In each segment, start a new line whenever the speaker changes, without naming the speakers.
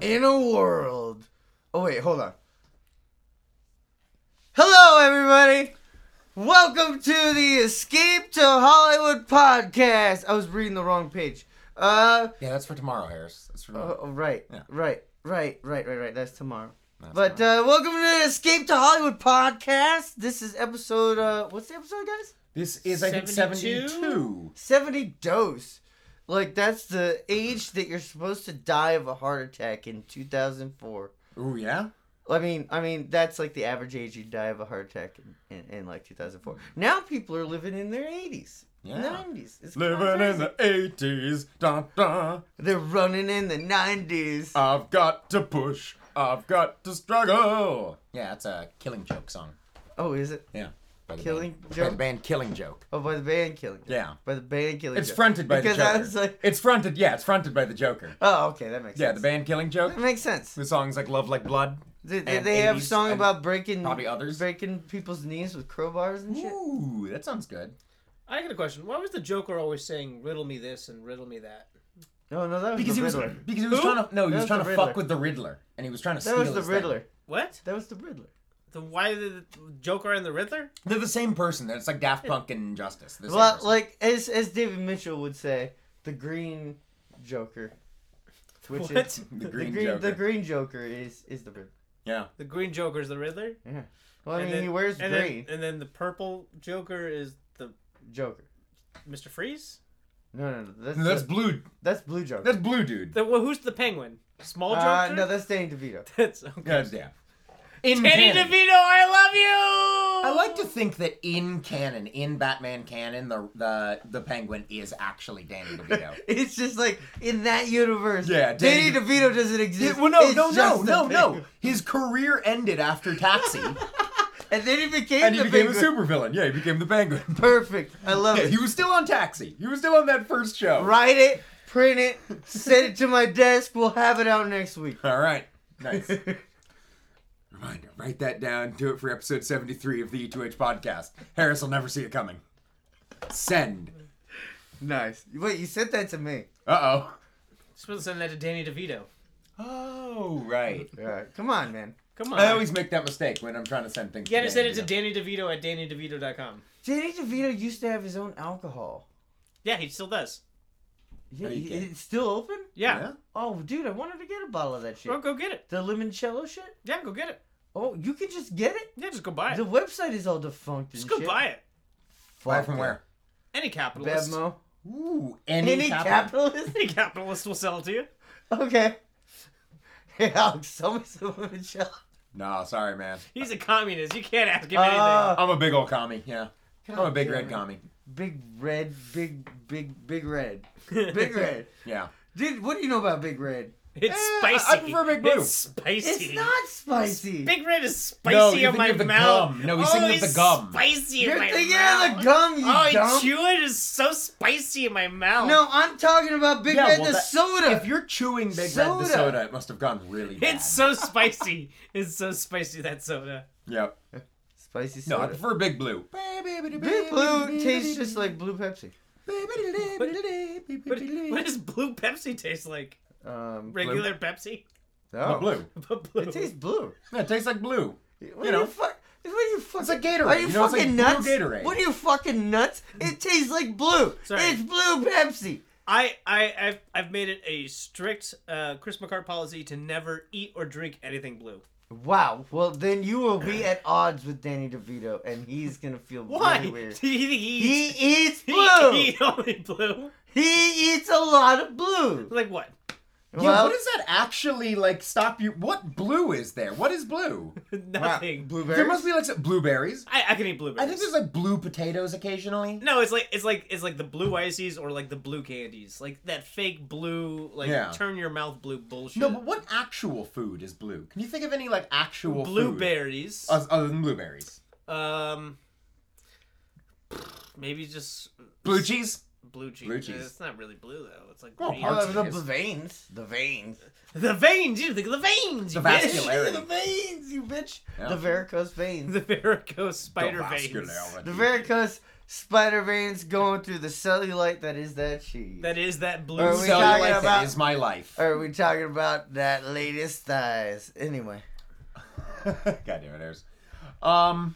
in a world. Oh wait, hold on. Hello, everybody. Welcome to the Escape to Hollywood podcast. I was reading the wrong page. Uh,
Yeah, that's for tomorrow, Harris. That's for tomorrow.
oh, right,
Yeah.
right, right, right, right, right. That's tomorrow.
That's
but
tomorrow.
uh, welcome to the Escape to Hollywood podcast. This is episode. Uh, what's the episode, guys?
this is I think
72?
seventy-two.
Seventy dose. Like that's the age that you're supposed to die of a heart attack in 2004.
Ooh yeah.
I mean, I mean, that's like the average age you die of a heart attack in, in, in like 2004. Now people are living in their 80s,
Yeah.
90s. It's kinda
Living in
crazy.
the eighties, da da.
They're running in the 90s.
I've got to push. I've got to struggle. Yeah, that's a Killing Joke song.
oh, is it?
Yeah. By the
Killing
band, By
Joke?
the band Killing Joke.
Oh, by the band Killing. Joke.
Yeah.
By the band Killing.
It's
Joke.
fronted by
because
the Joker.
I was like,
It's fronted. Yeah, it's fronted by the Joker.
oh, okay, that makes
Yeah, the
sense.
band Killing Joke.
That makes sense.
The songs like Love Like Blood.
They, they,
and
they have a
80s
song
and
about breaking
probably others.
breaking people's knees with crowbars and shit.
Ooh, that sounds good.
I got a question. Why was the Joker always saying "riddle me this" and "riddle me that"?
Oh, No, no, that was
Because
the
he was
Riddler.
because he was
Who?
trying to no, he
That
was
was
trying
the
to
Riddler.
fuck with the Riddler, and he was trying to
that
steal
was the
his thing.
Riddler.
What?
That was the Riddler.
The why the Joker and the Riddler?
They're the same person. It's like Daft Punk and Justice. They're the same
Well,
person.
like as as David Mitchell would say, the Green Joker, which
What?
is
the
the
Green
Green
Joker.
the Green Joker is is the Riddler.
yeah.
The Green Joker's the Riddler.
Well, I
And
mean,
then-
he wears
and
green
Then, and then the Purple Joker is the
Joker.
Mr. Freeze.
No, no, no, that's
No, that's
that's,
blue.
that's Blue Joker.
That's blue, dude.
The, well, who's the Penguin? Small Joker.
uh, no, that's Danny DeVito.
that's okay.
That's yeah. In
Danny
canon.
DeVito, I
I
love you.
like to think that in canon, in Batman canon, the the the Penguin is actually Danny DeVito.
It's just like in that universe.
Yeah,
Danny,
Danny
DeVito doesn't exist.
It- well, no,
It's
no, no,
just the
no, no.
Penguin.
His career ended after Taxi,
And then he became
and
the
he became
Penguin. Um,
a supervillain. Yeah, he became the Penguin.
Perfect. I love
Yeah,
it.
he was still on Taxi. He was still on that first show.
Write it, print it, send it to my desk. We'll have it out next week.
All right. Nice. Reminder, write that down. Do it for episode 73 of the E2H podcast. Harris will never see it coming. Send.
Nice. Wait, you sent that to me.
Uh oh.
Supposed to send that to Danny DeVito.
Oh, right.
Yeah. Come on, man.
Come on.
I always make that mistake when I'm trying to send things.
you gotta send it to
Dan.
Danny DeVito at DannyDeVito.com.
Danny DeVito used to have his own alcohol.
Yeah, he still does.
Yeah,
No, you
i-
can't.
it's still open?
Yeah.
Oh, dude, I wanted to get a bottle of that shit.
Well, go get it.
The limoncello shit?
Yeah, go get it.
Oh, you can just get it?
Yeah, just go buy it.
The website is all defunct. And
just go
shit.
buy it.
Buy
Fuck
from
it.
where?
Any capitalist.
Bevmo.
Ooh, any,
Any
capital.
capitalist?
Any capitalist will sell it to you.
Okay. Hey, Alex, sell me some limoncello.
No, sorry, man.
He's a communist. You can't ask him
Uh,
I'm a big old commie. Yeah. I'm a big
God
red
damn
commie.
it. Big red, big, big, big red.
anything.
Big red.
Yeah.
Dude, what do you know about big red?
Eh,
It's
I- I
spicy.
prefer Big Blue.
It's spicy.
It's not spicy.
Big Red is
No,
spicy
you're
on my
thinking of the
mouth.
gum. No, he's
oh,
thinking of
it's
the gum.
Spicy in
You're
my
thinking
mouth.
of the gum, you
Oh, I
dumb.
chew it. It's so spicy in my mouth.
No, I'm talking about Big
Yeah,
Red
well,
the
that-
soda.
If you're chewing Big Red
Soda.
the soda, it must have gone really bad.
It's so spicy. it's so spicy that soda.
Yep.
Spicy
No,
soda.
I prefer Big Blue.
Big Blue tastes just like Blue Pepsi.
What, what does blue Pepsi taste like?
Um,
Regular Pepsi?
no.
Not blue.
But blue.
It tastes blue.
Yeah, it tastes like blue.
What
You
are
know.
you fuck? What are you fucking?
It's like Gatorade.
Are you,
you know, it's
fucking
like
nuts?
Blue Gatorade.
What are you fucking nuts? It tastes like blue.
Sorry.
It's blue Pepsi.
I, I, I've, I've made it a strict uh, Chris McCart policy to never eat or drink anything blue.
Wow. Well, then you will be at odds with Danny DeVito, and he's gonna feel
Why?
really weird.
Do you think he
He
eats?
eats
he-
blue.
He, only blue.
He eats a lot of blue.
Like what?
Yeah, what does that actually like stop you? What blue is there? What is blue?
Nothing.
Blueberries.
there must be like some blueberries.
I, I can eat blueberries.
I think there's like blue potatoes occasionally.
no. It's like it's like it's like the blue ices or like the blue candies, like that fake blue, like
Yeah.
turn your mouth blue bullshit.
No, but what actual food is blue? Can you think of any like actual food? Uh,
blueberries.
Oth- Other than blueberries.
um, maybe just
Blue cheese?
blue cheese.
Blue cheese.
It's not really blue though. It's like
Well,
green.
parts-
Oh, the b- veins. The veins.
the veins. You think of the veins?
The
you
vascular-
bitch.
Hilarity.
the veins, you bitch.
Yeah.
The varicose veins.
The varicose spider
The
veins.
vascularity.
The varicose spider veins going through the cellulite that is that cheese.
That is that blue.
Are we
So
talking
like
about- Er-
that is my life.
Are we talking about that lady's thighs? Anyway.
God damn it, Harris. Um,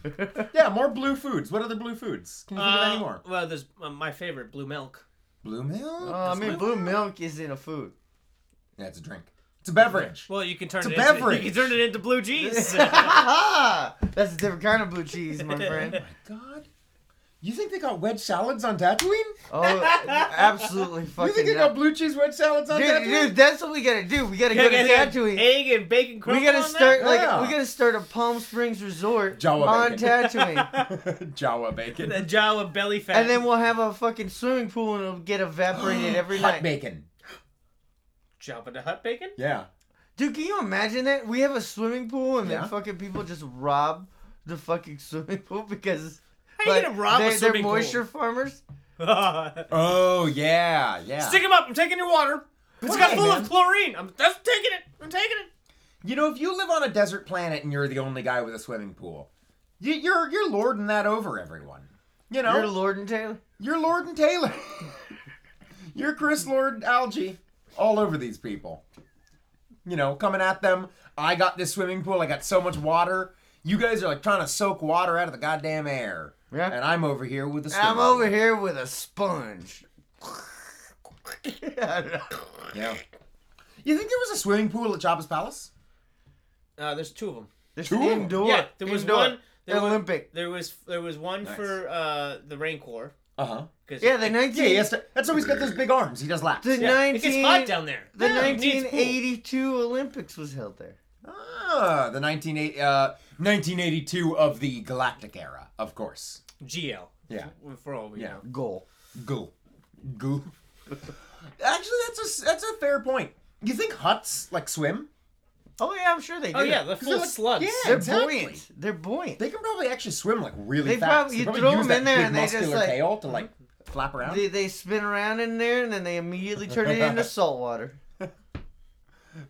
yeah, more blue foods. What other blue foods? Can you think of
Uh,
any more?
Well, there's uh, my favorite, blue milk.
Blue milk?
Uh, I
That's
mean,
my-
blue milk isn't a food.
Yeah, it's a drink. It's a beverage.
Well, you can turn
It's a
it
beverage.
Into, you can turn it into blue cheese.
That's a different kind of blue cheese, my friend.
Oh God. You think they got wedge salads on Tatooine?
Oh, absolutely
You
fucking.
think they
not.
got blue cheese wedge salads on
dude,
Tatooine?
dude, that's what we gotta do. We gotta
Yeah,
go to
yeah, yeah.
Tatooine.
Egg and bacon crumble.
We gotta
on that?
start like
Yeah.
we gotta start a Palm Springs resort
Jawa
on
bacon.
Tatooine,
Jawa bacon.
The Jawa belly fat.
and then we'll have a fucking swimming pool and it'll get evaporated every
Hot
night.
bacon.
Java the Hut bacon.
Yeah.
Dude, can you imagine that? We have a swimming pool and
Yeah.
then fucking people just rob the fucking swimming pool because
How you gonna rob
they,
a
are
swimming pool?
moisture farmers.
Oh yeah, yeah.
Stick them up. I'm taking your water. It's
Why,
got full
man?
of chlorine. I'm just taking it. I'm taking it.
You know, if you live on a desert planet and you're the only guy with a swimming pool, you, you're you're lording that over everyone. You know,
You're Lord and Taylor.
You're Lord and Taylor. You're Chris Lord Algie. All over these people. You know, coming at them. I got this swimming pool. I got so much water. You guys are like trying to soak water out of the goddamn air.
Yeah.
And I'm over here with the swimming
I'm over here with a sponge. I don't know.
Yeah. You think there was a swimming pool at Jabba's Palace?
Uh, there's two of them.
It's
Two of 'em.
indoor.
Yeah, there was
indoor.
one. There was,
Olympic.
there was there was one
Nice.
for uh, the Rain Corps.
Uh
Uh-huh.
huh.
'cause
Yeah,
it-
the
it-
19.
Yeah, he has to, that's why he's got those big arms. He does laps.
The
yeah, It gets
19.
hot down there.
The
Yeah, it needs pool.
1982 Olympics was held there.
Ah, the 1980, uh, 1982 of the Galactic era, of course.
GL.
Yeah.
For all we
Yeah.
know.
Goal.
Goo. Goo. Actually, that's a that's a fair point. You think huts like swim?
Oh yeah, I'm sure they do.
Oh yeah, the
they're
full
like-
slugs.
yeah.
They're
exactly.
buoyant. They're buoyant.
They can probably actually swim like really
They
fast.
prob-
They
you
probably
throw
use
'em
that
in there
big
and they just,
muscular
like- mm-hmm.
tail to like flap around.
They, they spin around in there and then they immediately turn it into salt water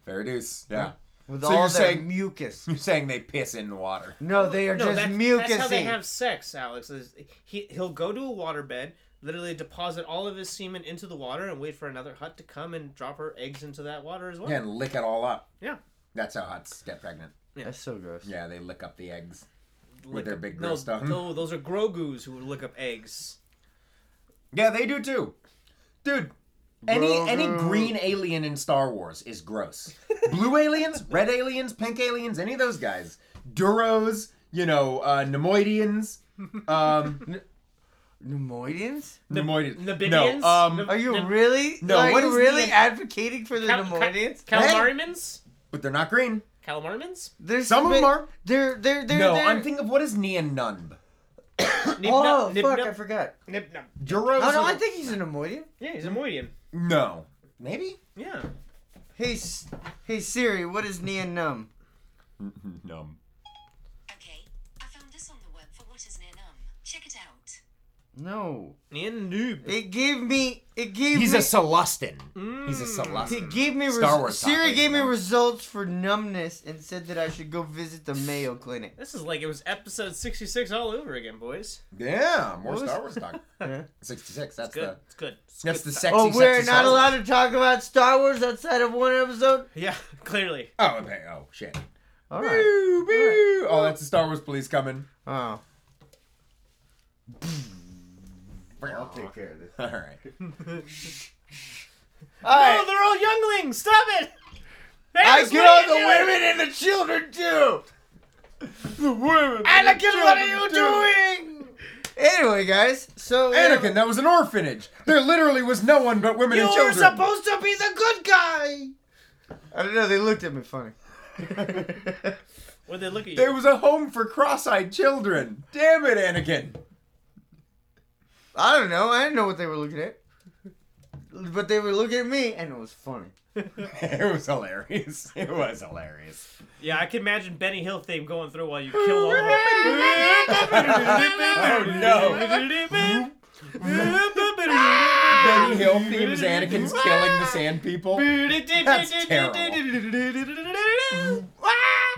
Fair dues. Yeah.
with
So
all
you're
their
saying-
mucus.
You're saying they piss in the water.
No, they are
No,
just
that's,
mucusy.
that's how they have sex, Alex. is He he'll go to a waterbed, literally deposit all of his semen into the water, and wait for another hut to come and drop her eggs into that water as well.
Yeah, and lick it all up.
Yeah.
That's how huts get pregnant.
That's so gross.
Yeah, they lick up the eggs.
Lick
their
up-
big
no,
gross tongue.
No, those are grogus who lick up eggs.
Yeah, they do too. Dude, any
Bro,
any
bro.
green alien in Star Wars is gross. Blue aliens, red aliens, pink aliens, any of those guys. Duros, you know, uh Nemoidians. Um
Nemoidians?
Nemoidians.
Nibidians?
No, um
Neb-
Are you
Nem-
really?
No,
Are
what
you
is
really
the-
advocating for the
Cal-
Nemoidians?
Cal-
Hey.
Calamarimans?
but they're not green.
Calamarimans?
There's
Some of
been-
them are.
They're they're they're.
No,
they're...
I'm thinking of what is Nian Nunb?
Nib-
Oh
nib-
fuck!
nib-
I forgot. Oh,
nib- nub.
Duros
No, no,
are-
I think he's a Nemoidian.
Yeah, he's a Moidian.
No. Maybe?
Yeah.
Hey, S- hey Siri, what is Nia Num?
Num.
Okay, I found this on the web for what is near Num. Check it out.
No,
Ian Noob.
it gave me. It gave
He's
me. Mm.
a Celestin.
Mm.
He's a
it
Celestin.
gave me res-
Star Wars
Siri
topic,
gave me
no.
results for numbness and said that I should go visit the Mayo Clinic.
This is like it was episode 66 all over again, boys.
Yeah, more
What was-
Star Wars talk.
Yeah.
66, that's
Good.
the
It's good. It's
that's the
good
sexy
Oh, we're
sexy
not
Star Wars.
allowed to talk about Star Wars outside of one episode.
Yeah, clearly.
Oh, okay. Oh, shit.
All
Boo,
right.
boo. Oh, that's the Star Wars police coming.
Oh,
All
care of this.
right.
All
No,
right.
they're all younglings. Stop it.
I
Alex,
get
what
all
are
the
you doing?
women and the children too.
The women.
Anakin, what are you doing? Anyway, guys, so we have-
Anakin, that was an orphanage. There literally was no one but women and children.
to be the good guy. I don't know. They looked at me funny.
Well, they look at you.
There was a home for cross-eyed children. Damn it, Anakin.
I don't know. I didn't know what they were looking at, but they were looking at me, and it was funny.
It was hilarious. It was hilarious.
yeah, I can imagine Benny Hill theme going through while you kill all of them.
Oh no. Benny Hill theme is Anakin's killing the sand people. That's terrible.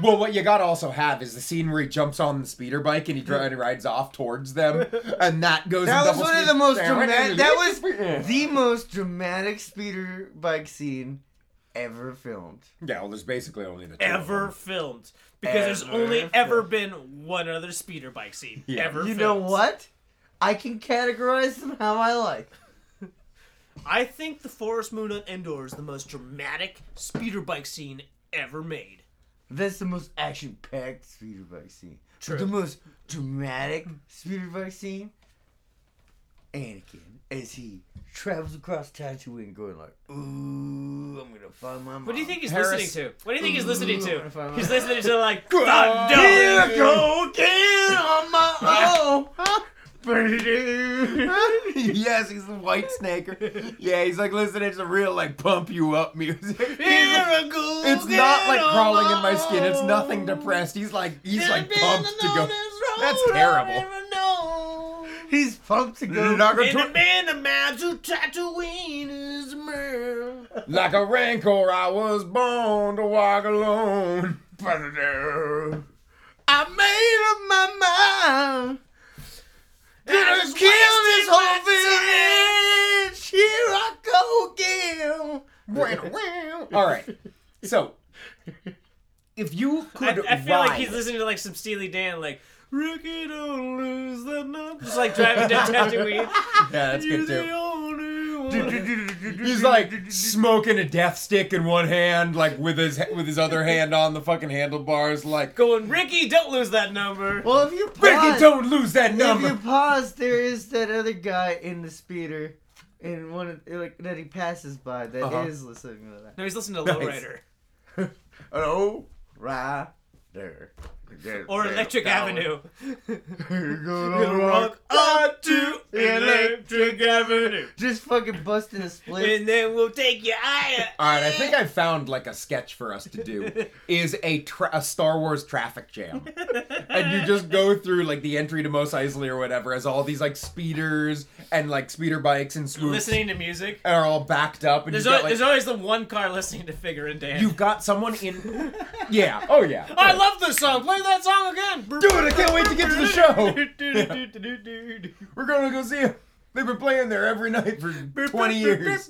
Well, what you gotta also have is the scene where he jumps on the speeder bike and he dri- rides off towards them, and that goes.
That was
in double
one of
speed.
the most dramatic. That was the most dramatic speeder bike scene ever filmed.
yeah. Well, there's basically only the two of
ever
them.
filmed because there's
Ever
only
filmed.
ever been one other speeder bike scene
Yeah.
ever.
you know
filmed.
what? I can categorize them how I like.
I think the Forest Moon on Endor is the most dramatic speeder bike scene ever made.
That's the most action-packed speeder bike scene. But
True.
The most dramatic speeder bike scene. Anakin, as he travels across Tatooine, going like, "Ooh, I'm gonna find my mom."
What do you think he's
Harris- Mm.
listening to? What do you think he's listening
Ooh, if
to?
I'm-
He's listening to like
God
thunder.
Here go again on my own, baby.
yes, he's the white snaker. Yeah, he's like listening to real like pump you up music.
Here go
It's not like
again
crawling
on
in my skin. It's
my
nothing
own.
depressed. He's like he's like
Been
pumped to
on
go.
this road
That's
I
terrible.
never know.
He's pumped to go.
Knock on
And a
tw-
man a man to Tatooine is a man.
Like a rancor, I was born to walk alone.
I made up my mind. Gonna
was
kill
wasting
this whole
my
village. Here I go again.
All right. So, if you
I,
could
I feel like he's
ride-
listening to like some Steely Dan, like Ricky, don't lose the number. Just like driving down Tatooine.
Yeah, that's
You're
good
the
too.
only one.
He's like smoking a death stick in one hand, like with his with his other hand on the fucking handlebars, like
Going, Ricky, don't lose that number.
Well, if you
Ricky,
pause,
don't lose that
if
number.
you pause, there is that other guy in the speeder, in one of, like that he passes by that is
Uh-huh.
listening to that.
no, he's listening to
Nice.
Lowrider
Oh, right there.
or Electric Avenue.
You're
Gonna
gonna
rock
rock
up to Electric Avenue,
Just fucking busting a split.
and then we'll take you higher.
All right, I think I found like a sketch for us to do is a tra- a Star Wars traffic jam, and you just go through like the entry to Mos Eisley or whatever as all these like speeders and like speeder bikes and swoops
listening to music.
are all backed up, and
There's,
you
al-
got, like,
there's always the one car listening to Figure and Dan.
you've got someone in, yeah, oh yeah,
I love this song. Play that song again.
Do it, I can't wait to get to the
show.
we're gonna go see him. They've been playing there every night for twenty years.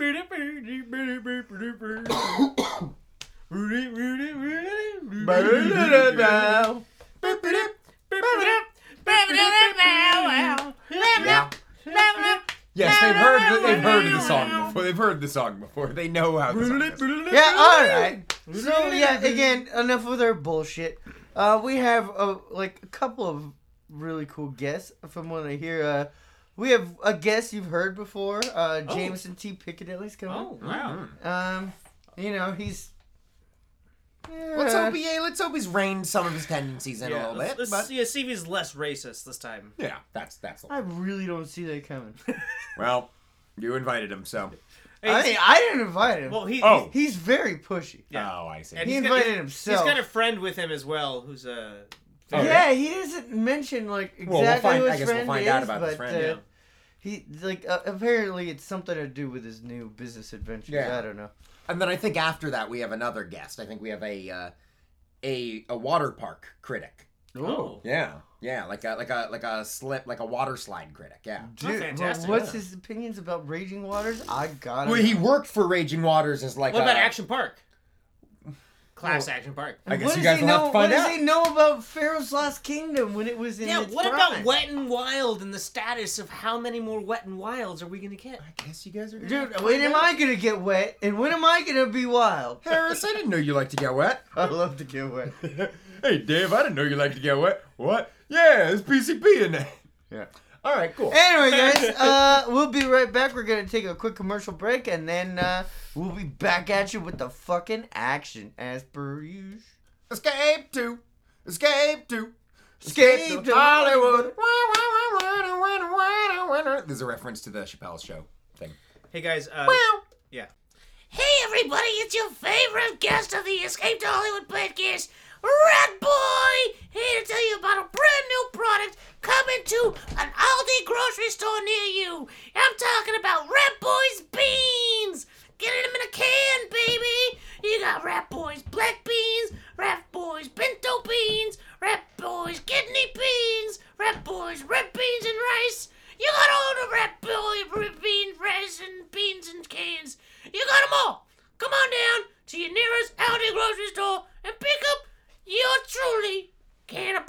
Yeah. Yes, they've heard they've heard the song before. They've heard the song before. They know how. The song goes.
Yeah, alright. So yeah, again, enough with our bullshit. Uh, we have a, like a couple of really cool guests from one of here. Uh, we have a guest you've heard before, uh,
Oh.
Jameson T. Piccadilly's coming.
Oh wow!
Um, you know he's. eh,
Let's
Yeah.
hope he, yeah, let's hope he's reined some of his tendencies in
Yeah,
a little
let's,
bit.
let's
but
see, see if he's less racist this time.
yeah, that's that's
I really don't see that coming.
well. You invited him, so
I mean, I didn't invite him.
well, he,
Oh.
he's very pushy.
Yeah.
oh, I see.
And
He
he's got-
invited
he's-
himself.
He's got a friend with him as well, who's a.
Oh,
yeah, he doesn't mention like exactly
Well, we'll find-
who his
I guess we'll
friend
find
is,
out about
but
his friend,
uh,
yeah.
he like uh, apparently it's something to do with his new business adventures.
Yeah.
I don't know.
And then I think after that we have another guest. I think we have a uh, a a water park critic.
Oh.
Yeah, yeah, like a like a like a slip like a water slide critic. Yeah.
Dude, well,
fantastic,
what's
yeah.
his opinions about raging waters? I got
Well, he worked for Raging Waters as like.
What about
a-
Action Park? Class Action Park.
I guess
what
you
does
guys
he
will have
know,
to find
What
out.
does he know about Pharaoh's Lost Kingdom when it was in
Yeah,
its
what
prime?
about Wet and Wild and the status of how many more Wet and Wilds are we gonna get?
I guess you guys are. gonna have
Dude,
to
when
find
am
out.
I gonna get wet? And when am I gonna be wild?
Harris, I didn't know you like to get wet.
I love to get wet.
hey, Dave, I didn't know you like to get wet. What? Yeah, it's PCP in there.
Yeah.
All right, cool.
Anyway, guys, uh, we'll be right back. We're gonna take a quick commercial break, and then uh, we'll be back at you with the fucking action, as per usual.
Escape to, escape to,
Escape to Hollywood.
Hollywood. There's a reference to the Chappelle Show thing.
Hey guys, uh, yeah.
Hey everybody, it's your favorite guest of the Escape to Hollywood podcast, Red Boy! Here to tell you about a brand new product coming to an Aldi grocery store near you. I'm talking about Red Boy's beans! Getting them in a can, baby! You got Red Boy's black beans, Red Boy's bento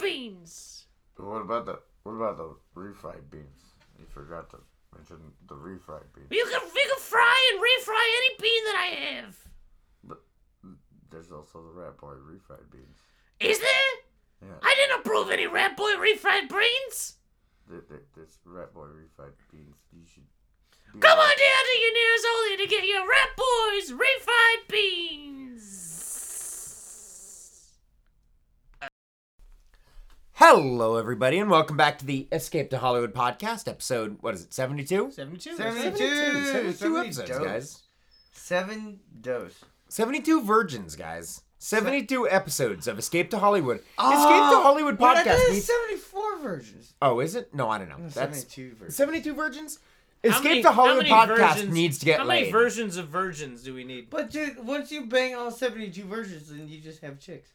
beans.
What about the what about the refried beans? You forgot to mention the refried beans.
You can, you can fry and refry any bean that I have.
There's also the Rat Boy refried beans.
Is there?
Yeah.
I didn't approve any Rat Boy refried beans.
There, there, there's Rat Boy refried beans. You should. be
Come
aware-
on down to your nearest only to get your Rat Boys refried beans.
Hello, everybody, and welcome back to the Escape to Hollywood podcast, episode, what is it, 72?
72.
72.
72 episodes,
Seventy
guys.
Seven dose.
72 virgins, guys. 72 episodes of Escape to Hollywood. Escape
Oh,
to Hollywood
What I
podcast.
thought it was
meets-
74 versions.
Oh, is it? No, I don't know. That's
72 versions.
72 virgins?
How
Escape
many-
to
how
Hollywood
many
podcast
versions-
needs to get
How
laid.
many versions of virgins do we need?
But dude, once you bang all 72 versions, then you just have chicks.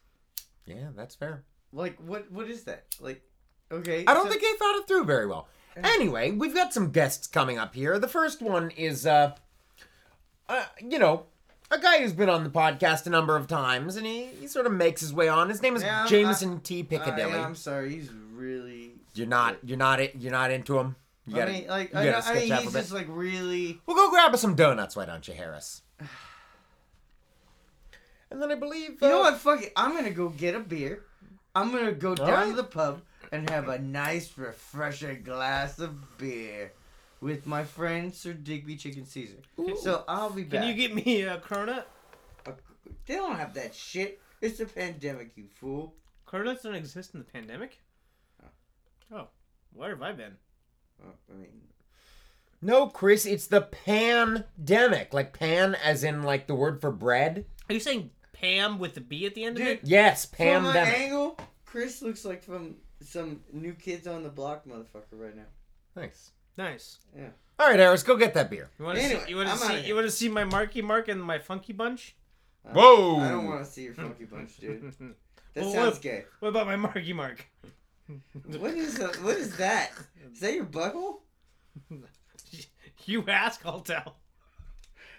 yeah, that's fair.
Like, what? what is that? Like, okay.
I don't
so-
think they thought it through very well. Anyway, we've got some guests coming up here. The first one is, uh, uh you know, a guy who's been on the podcast a number of times, and he, he sort of makes his way on. His name is
Yeah, I'm-
Jameson T.
Uh, yeah,
Piccadilly.
I'm sorry, he's really.
you're not, you're not, it, you're not into him. You gotta,
I mean, like,
you
I,
gotta
know- I
sketch
mean,
out
he's
for a bit.
just like really.
We'll go grab us some donuts, why don't you, Harris? And then I believe
You know
uh,
what? Fuck it. I'm gonna go get a beer. I'm gonna go down to
right.
the pub and have a nice, refreshing glass of beer with my friend Sir Digby Chicken Caesar. So I'll be back. Uh,
Can you get me
uh,
a Corona?
they don't have that shit. It's a pandemic, you fool.
Coronas don't exist in the pandemic? Oh. Where have I been?
Uh, I mean,
No, Chris, it's the pandemic. Like pan, as in like the word for bread.
Are you saying Pam with the B at the end of
dude,
it?
Yes,
from an
pandemic.
angle, Chris looks like from some new kids on the block motherfucker right now.
Nice.
Nice.
All right, Harris, go get that beer.
You want to
Anyway,
see? You want to
I'm outta
see?
here.
You want to see my Marky Mark and my Funky Bunch?
Uh,
Whoa.
I don't want to see your funky bunch, dude. That
Well,
sounds
what-
gay.
What about my Marky Mark?
What is the, what is that? Is that your butthole?
You ask, I'll tell.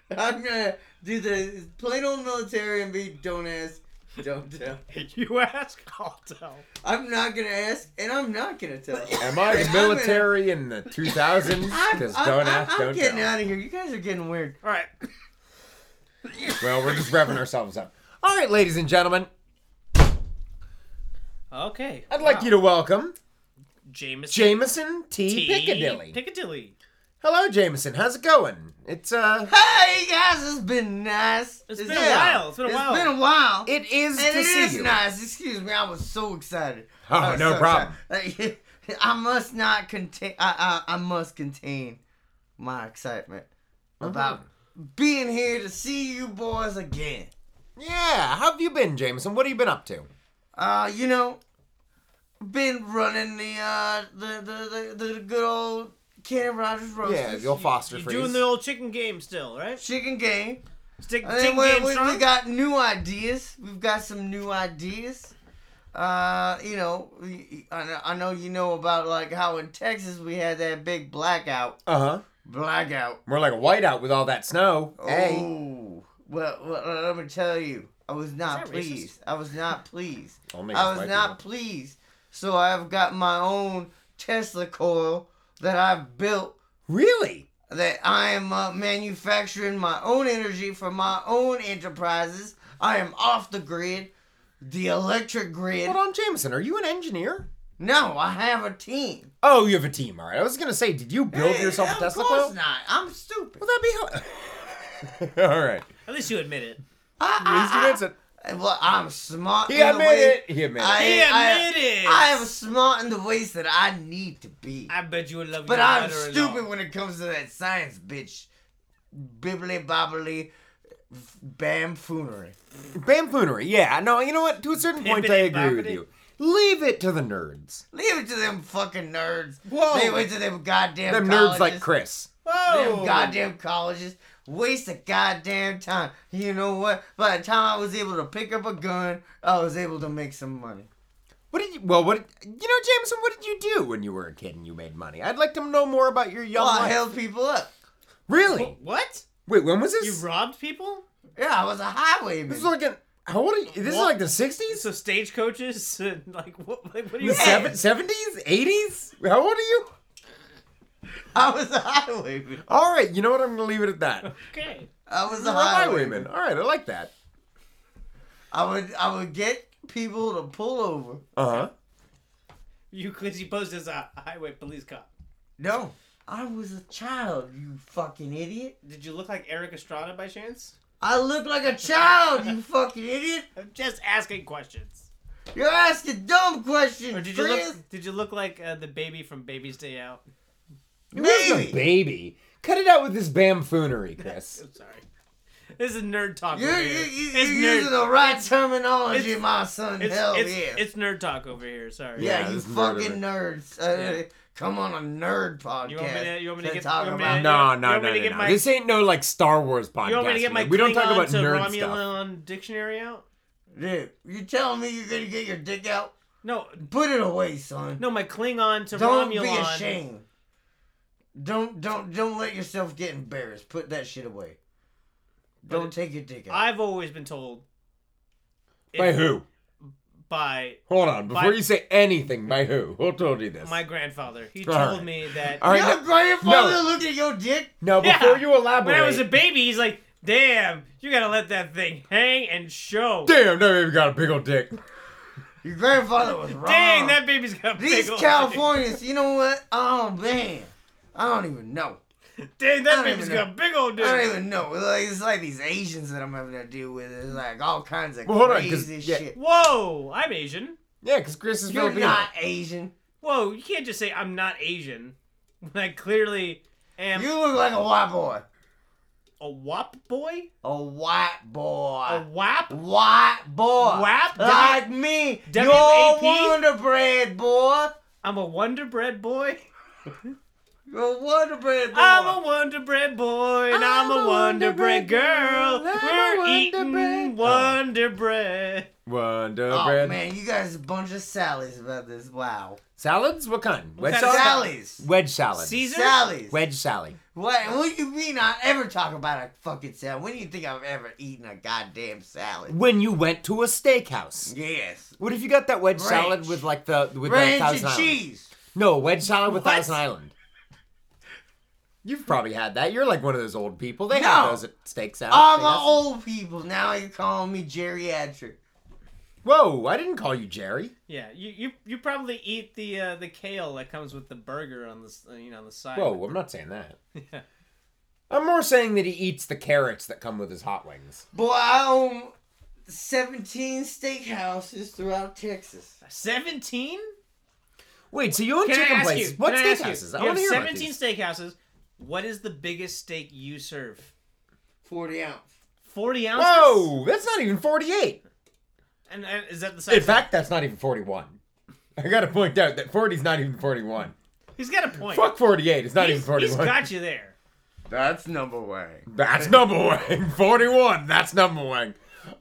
I'm gonna do the plain old military and be don't ask, don't tell.
You ask, I'll tell.
I'm not gonna ask, and I'm not gonna tell.
Am I
I'm
the
gonna-
military in the 2000s?
I'm,
Because
I'm-
don't
I'm-
ask,
I'm
don't
getting
tell.
out of here. You guys are getting weird.
All right.
Well, we're just revving ourselves up. All right, ladies and gentlemen,
Okay.
I'd like you to welcome
Jameson.
Jameson T.
T.
Piccadilly.
Piccadilly.
Hello, Jameson. How's it going? It's uh,
Hey guys, it's been nice.
it's been a while. It's been a while.
It's been a while.
it is
and
to
it
see
is
you.
nice. Excuse me, I was so excited.
Oh,
I was
no
so
problem.
excited. I must not contain. I, I I must contain my excitement
Uh-huh.
about being here to see you boys again.
Yeah, how have you been, Jameson? What have you been up to?
Uh, you know, been running the uh the the the, the good old Cannon Rogers roasters.
Yeah, your foster
You're
freeze.
doing the old chicken game still, right?
chicken game.
Stick,
And
chicken
then we,
game
we,
strong.
we got new ideas. We've got some new ideas. Uh, you know, we- I know, I know you know about like how in Texas we had that big blackout.
uh huh.
Blackout.
We're like a whiteout with all that snow. Hey.
Oh, well, well, let me tell you, I was not
Is that racist?
pleased. I was not pleased.
Only
I
white
was not
people.
pleased. So I've got my own Tesla coil that I've built
Really?
that I am uh, manufacturing my own energy for my own enterprises. I am off the grid, the electric grid.
Hold on, Jameson. Are you an engineer?
No, I have a team.
Oh, you have a team. All right. I was gonna say, did you build
Hey,
yourself
of
a Tesla
course
coil?
not. I'm stupid.
Well, that'd be hell. All right.
At least you admit it.
I,
Mr. Vincent.
I- well, I'm smart.
He
Ah, in the way-
admitted it. He admitted
I,
it.
He
I-
admitted it.
I am smart in the ways that I need to be.
I bet you would love
but
your
I'm
mother-in-law.
stupid when it comes to that science, bitch. Bibbly bobbly, f- bam foonery.
Bamfoonery. Yeah. No, you know what? To a certain point, I
Bibbidi
agree with
bobbidi.
you. Leave it to the nerds.
Leave it to them fucking nerds.
Whoa.
They went to them goddamn
Them nerds
colleges.
like Chris.
Them
Whoa!
goddamn colleges. Waste of goddamn time. You know what? By the time I was able to pick up a gun, I was able to make some money.
What did you? Well, what? Did, you know, Jameson. What did you do when you were a kid and you made money? I'd like to know more about your young
Well, I
life.
held people up.
Really?
Wh- What?
Wait, when was this?
You robbed people?
Yeah, I was a highwayman.
This was like an How old are you? This is like the 60s?
So stagecoaches and like what? Like, what do
The
you?
seven, 70s? 80s? How old are you?
I was a highwayman.
All right, you know what? I'm going to leave it at that.
Okay.
I was
The
a highwayman.
highwayman. All right, I like that.
I would I would get people to pull over.
Uh huh.
You because you posed as a highway police cop.
No, I was a child. You fucking idiot.
Did you look like Eric Estrada by chance?
I look like a child. You fucking idiot.
I'm just asking questions.
You're asking dumb questions.
Or did you
Chris.
look? Did you look like uh, the baby from Baby's Day Out?
Who's the
Maybe.
baby? Cut it out with this bamfoonery, Chris.
I'm sorry. This is nerd talk.
You're,
over
you
here.
you-
it's
you're using the right terminology,
It's-
my son.
it's,
Hell
it's,
yeah.
it's nerd talk over here. Sorry.
yeah,
Yeah,
you
this is nerd
fucking nerds.
Yeah.
Uh, Come on a nerd podcast.
You want me to? You want me to get?
talk
you want me to-
about
you
No,
want- you
no,
want me
no,
to
no,
get
no.
my-
This ain't no like Star Wars podcast.
You want me to get my
man. we don't talk
Klingon
about
to
nerd stuff.
Romulan dictionary out?
Dude, you telling me you're gonna get your dick out?
No,
Put it away, son.
no, my Klingon to
don't
Romulan.
be ashamed. Don't don't don't let yourself get embarrassed. Put that shit away. Don't take your dick out.
I've always been told.
By
it-
who?
By
Hold on. Before
By-
you say anything, by who? Who told you this?
my grandfather. He
All
told
right.
me that.
All right.
your
now-
grandfather
no.
looked at your dick.
Now,
Yeah.
before you elaborate.
When I was a baby, he's like, "Damn, you gotta let that thing hang and show."
Damn, that baby got a big old dick.
Your grandfather was wrong.
Dang, that baby's got a
These
big old
Californians, you know what? Oh man, I don't even know.
dick. Dang,
I
that
don't
baby's
even
got a big old
I don't
dick.
even know. Like, it's like these Asians that I'm having to deal with. It's like all kinds of
Well, hold on, 'cause-
crazy
yeah.
shit.
Whoa, I'm Asian.
Yeah, because Chris is
You're
Filipino.
not Asian.
Whoa, you can't just say I'm not Asian when I clearly am
You look like a white boy.
a wop boy,
A white
a
boy.
wap.
white boy.
Wap?
Like me.
W-
You're
WAP?
Wonder Bread boy.
I'm a Wonder Bread boy.
You're Wonder Bread boy.
I'm a Wonder Bread boy and I'm, a Wonder Bread girl. We're eating Wonder Bread.
Wonder
Oh
bread.
man, you guys a bunch of sallies about this. Wow.
Salads? What kind? Wedge
kind of
salad?
Sallies.
Wedge salad.
Caesar.
Sallies.
Wedge salad.
What? What you mean I ever talk about a fucking salad? When do you think I've ever eaten a goddamn salad?
When you went to a steakhouse.
Yes.
What if you got that wedge
Ranch.
salad with like the with the
Ranch
Thousand
and
Island?
cheese.
No, wedge salad with
What?
Thousand Island. You've probably had that. You're like one of those old people. They
No.
have those at steak salad.
All my
places.
old people now you calling me geriatric.
Whoa! I didn't call you Jerry.
Yeah, you, you you probably eat the uh, the kale that comes with the burger on the s- uh, you know on the side.
Whoa! I'm not saying that.
Yeah.
I'm more saying that he eats the carrots that come with his hot wings.
Boy, I own 17 steakhouses throughout Texas.
Seventeen?
Wait, so you own
Can I
chicken
ask
places?
you?
What
can I ask you?
steakhouses? I want
you have
to hear about
seventeen
these.
steakhouses. What is the biggest steak you serve?
40 ounce.
Forty ounces.
Whoa! That's not even 48.
And, and is that the size?
In fact, that's not even 41. I gotta point out that 40's not even 41.
he's got a point.
Fuck 48. It's not
he's,
even 41.
He's got you there.
That's number one.
That's number one. 41. That's number one.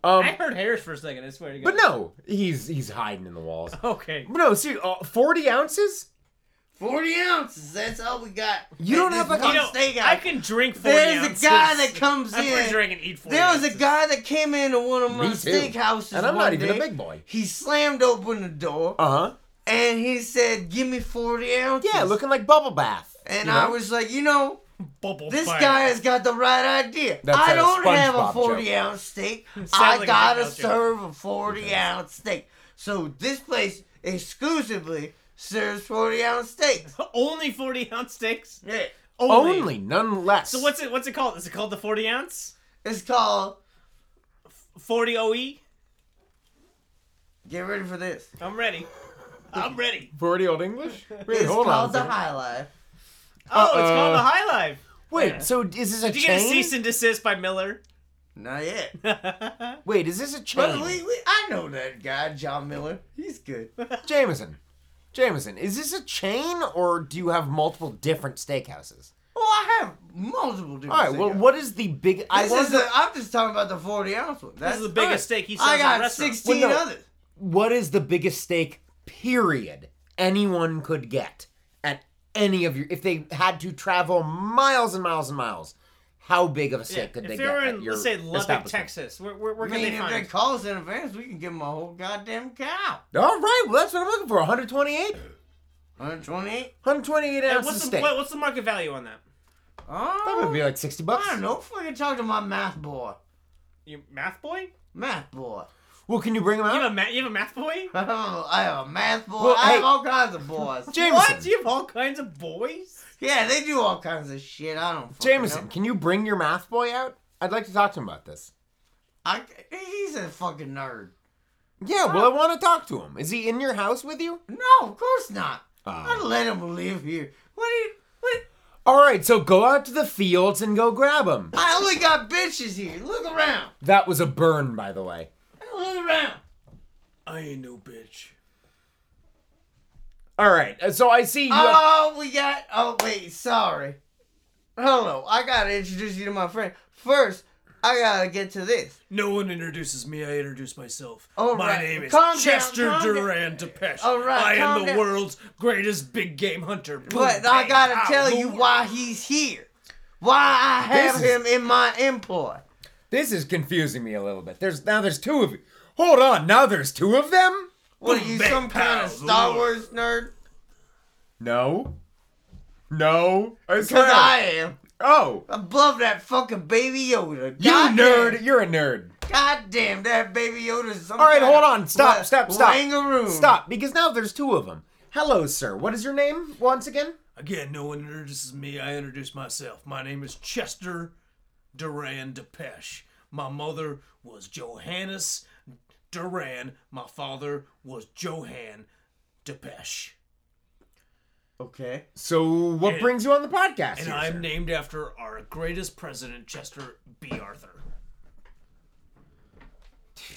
I
Um,
heard Harris for a second. I swear to God.
but no, he's he's hiding in the walls.
Okay.
No, see, uh, 40 ounces?
40 ounces, that's all we got.
You don't
At
have
this one
like
You know,
steakhouse.
I can drink forty
There's
ounces.
a guy that comes
I'm pretty
in.
sure I can eat forty.
There was a
ounces.
guy that came into one of my
Me too.
steakhouses.
And I'm
one
not even
day.
a big boy.
He slammed open the door
Uh huh.
and he said, Give me 40 ounces.
Yeah, looking like bubble bath.
And
you
I
know?
was like, You know,
Bubble
this
Oh, fire.
guy has got the right idea.
That's
I
a
don't have a
SpongeBob
40
joke.
ounce steak.
like
I
a
gotta
SpongeBob joke.
serve a 40 ounce steak. So this place exclusively serves 40 ounce steaks.
Only forty ounce steaks.
Yeah.
Only, none less.
So what's it? What's it called? Is it called the forty ounce?
It's called,
Forty OE.
get ready for this.
I'm ready. I'm ready.
40 Old English? Wait,
it's
hold on.
called
a
the
second.
High Life.
Oh, it's
Uh-uh.
called the High Life.
Wait,
Yeah.
so is this a
Did you get a cease
chain?
and desist by Miller?
Not yet.
Wait, is this a
But
chain?
we, we, I know that guy, John Miller. He's good.
Jameson. Jameson, is this a chain or do you have multiple different steakhouses?
Oh, I have multiple different
All right, well,
steakhouses.
what is the big. I
This is
wonder,
the, I'm just talking about the 40 ounce one.
This
That's
is the
alright.
biggest steak he sells
I
in
got
restaurants.
16
Well, no.
others.
what is the biggest steak, period, anyone could get at any of your. If they had to travel miles and miles and miles, how big of a
Yeah,
set could they
if they
get?
were
at
in,
your
let's say, Lubbock,
establishment?
Texas, where, where,
I
where can
mean,
they
if they
find?
call us in advance, we can give them a whole goddamn cow.
All right, well that's what I'm looking for. 128,
128?
128
Hey,
ounces of
what's, the,
steak.
what, what's the market value on that?
Oh,
that would be like 60 bucks.
I don't know. Fucking talk to my math boy.
You math boy?
Math boy.
Well, can you bring them
You
out?
have a ma- you have a math boy?
I have a math boy.
Well,
I have
hey-
all kinds of boys.
Jameson,
What? You have all kinds of boys?
yeah, they do all kinds of shit. I don't. fucking
Jameson,
know.
can you bring your math boy out? I'd like to talk to him about this.
I, he's a fucking nerd.
Yeah, well, I want to talk to him. Is he in your house with you?
No, of course not. I'd
Oh.
let him live here. What do you? What?
All right, so go out to the fields and go grab him.
I only got bitches here. Look around.
That was a burn, by the way.
Look around.
I ain't no bitch.
All right, uh, so I see you. have-
Oh, we got. Oh, wait. Sorry. Hello. I gotta introduce you to my friend. First, I gotta get to this.
No one introduces me. I introduce myself.
All
My
right,
name is
calm down,
Chester
calm down.
Duran Depeche.
All right,
I am
calm
the
down.
world's greatest big game hunter. Boom,
But I
bang,
gotta
pow,
tell you
boom.
why he's here. Why I have
This is-
him in my employ.
this is confusing me a little bit. There's now there's two of you. Hold on, now there's two of them?
What are you,
Big
some kind of
pals,
Star
Lord.
Wars nerd?
No. No. I
Because
swear.
I am.
Oh.
Above that fucking Baby Yoda.
You
God
nerd.
damn-
You're a nerd.
God damn, that Baby Yoda is some
All right,
kind
hold
of
on. Stop,
wa-
stop, stop.
Wangaroo.
Stop, because now there's two of them. Hello, sir. What is your name once again?
Again, no one introduces me. I introduce myself. My name is Chester Duran Depeche. My mother was Johannes Duran. My father was Johan Depeche.
Okay.
So, what
And-
brings you on the podcast?
And
here,
I'm
sir?
named after our greatest president, Chester B. Arthur.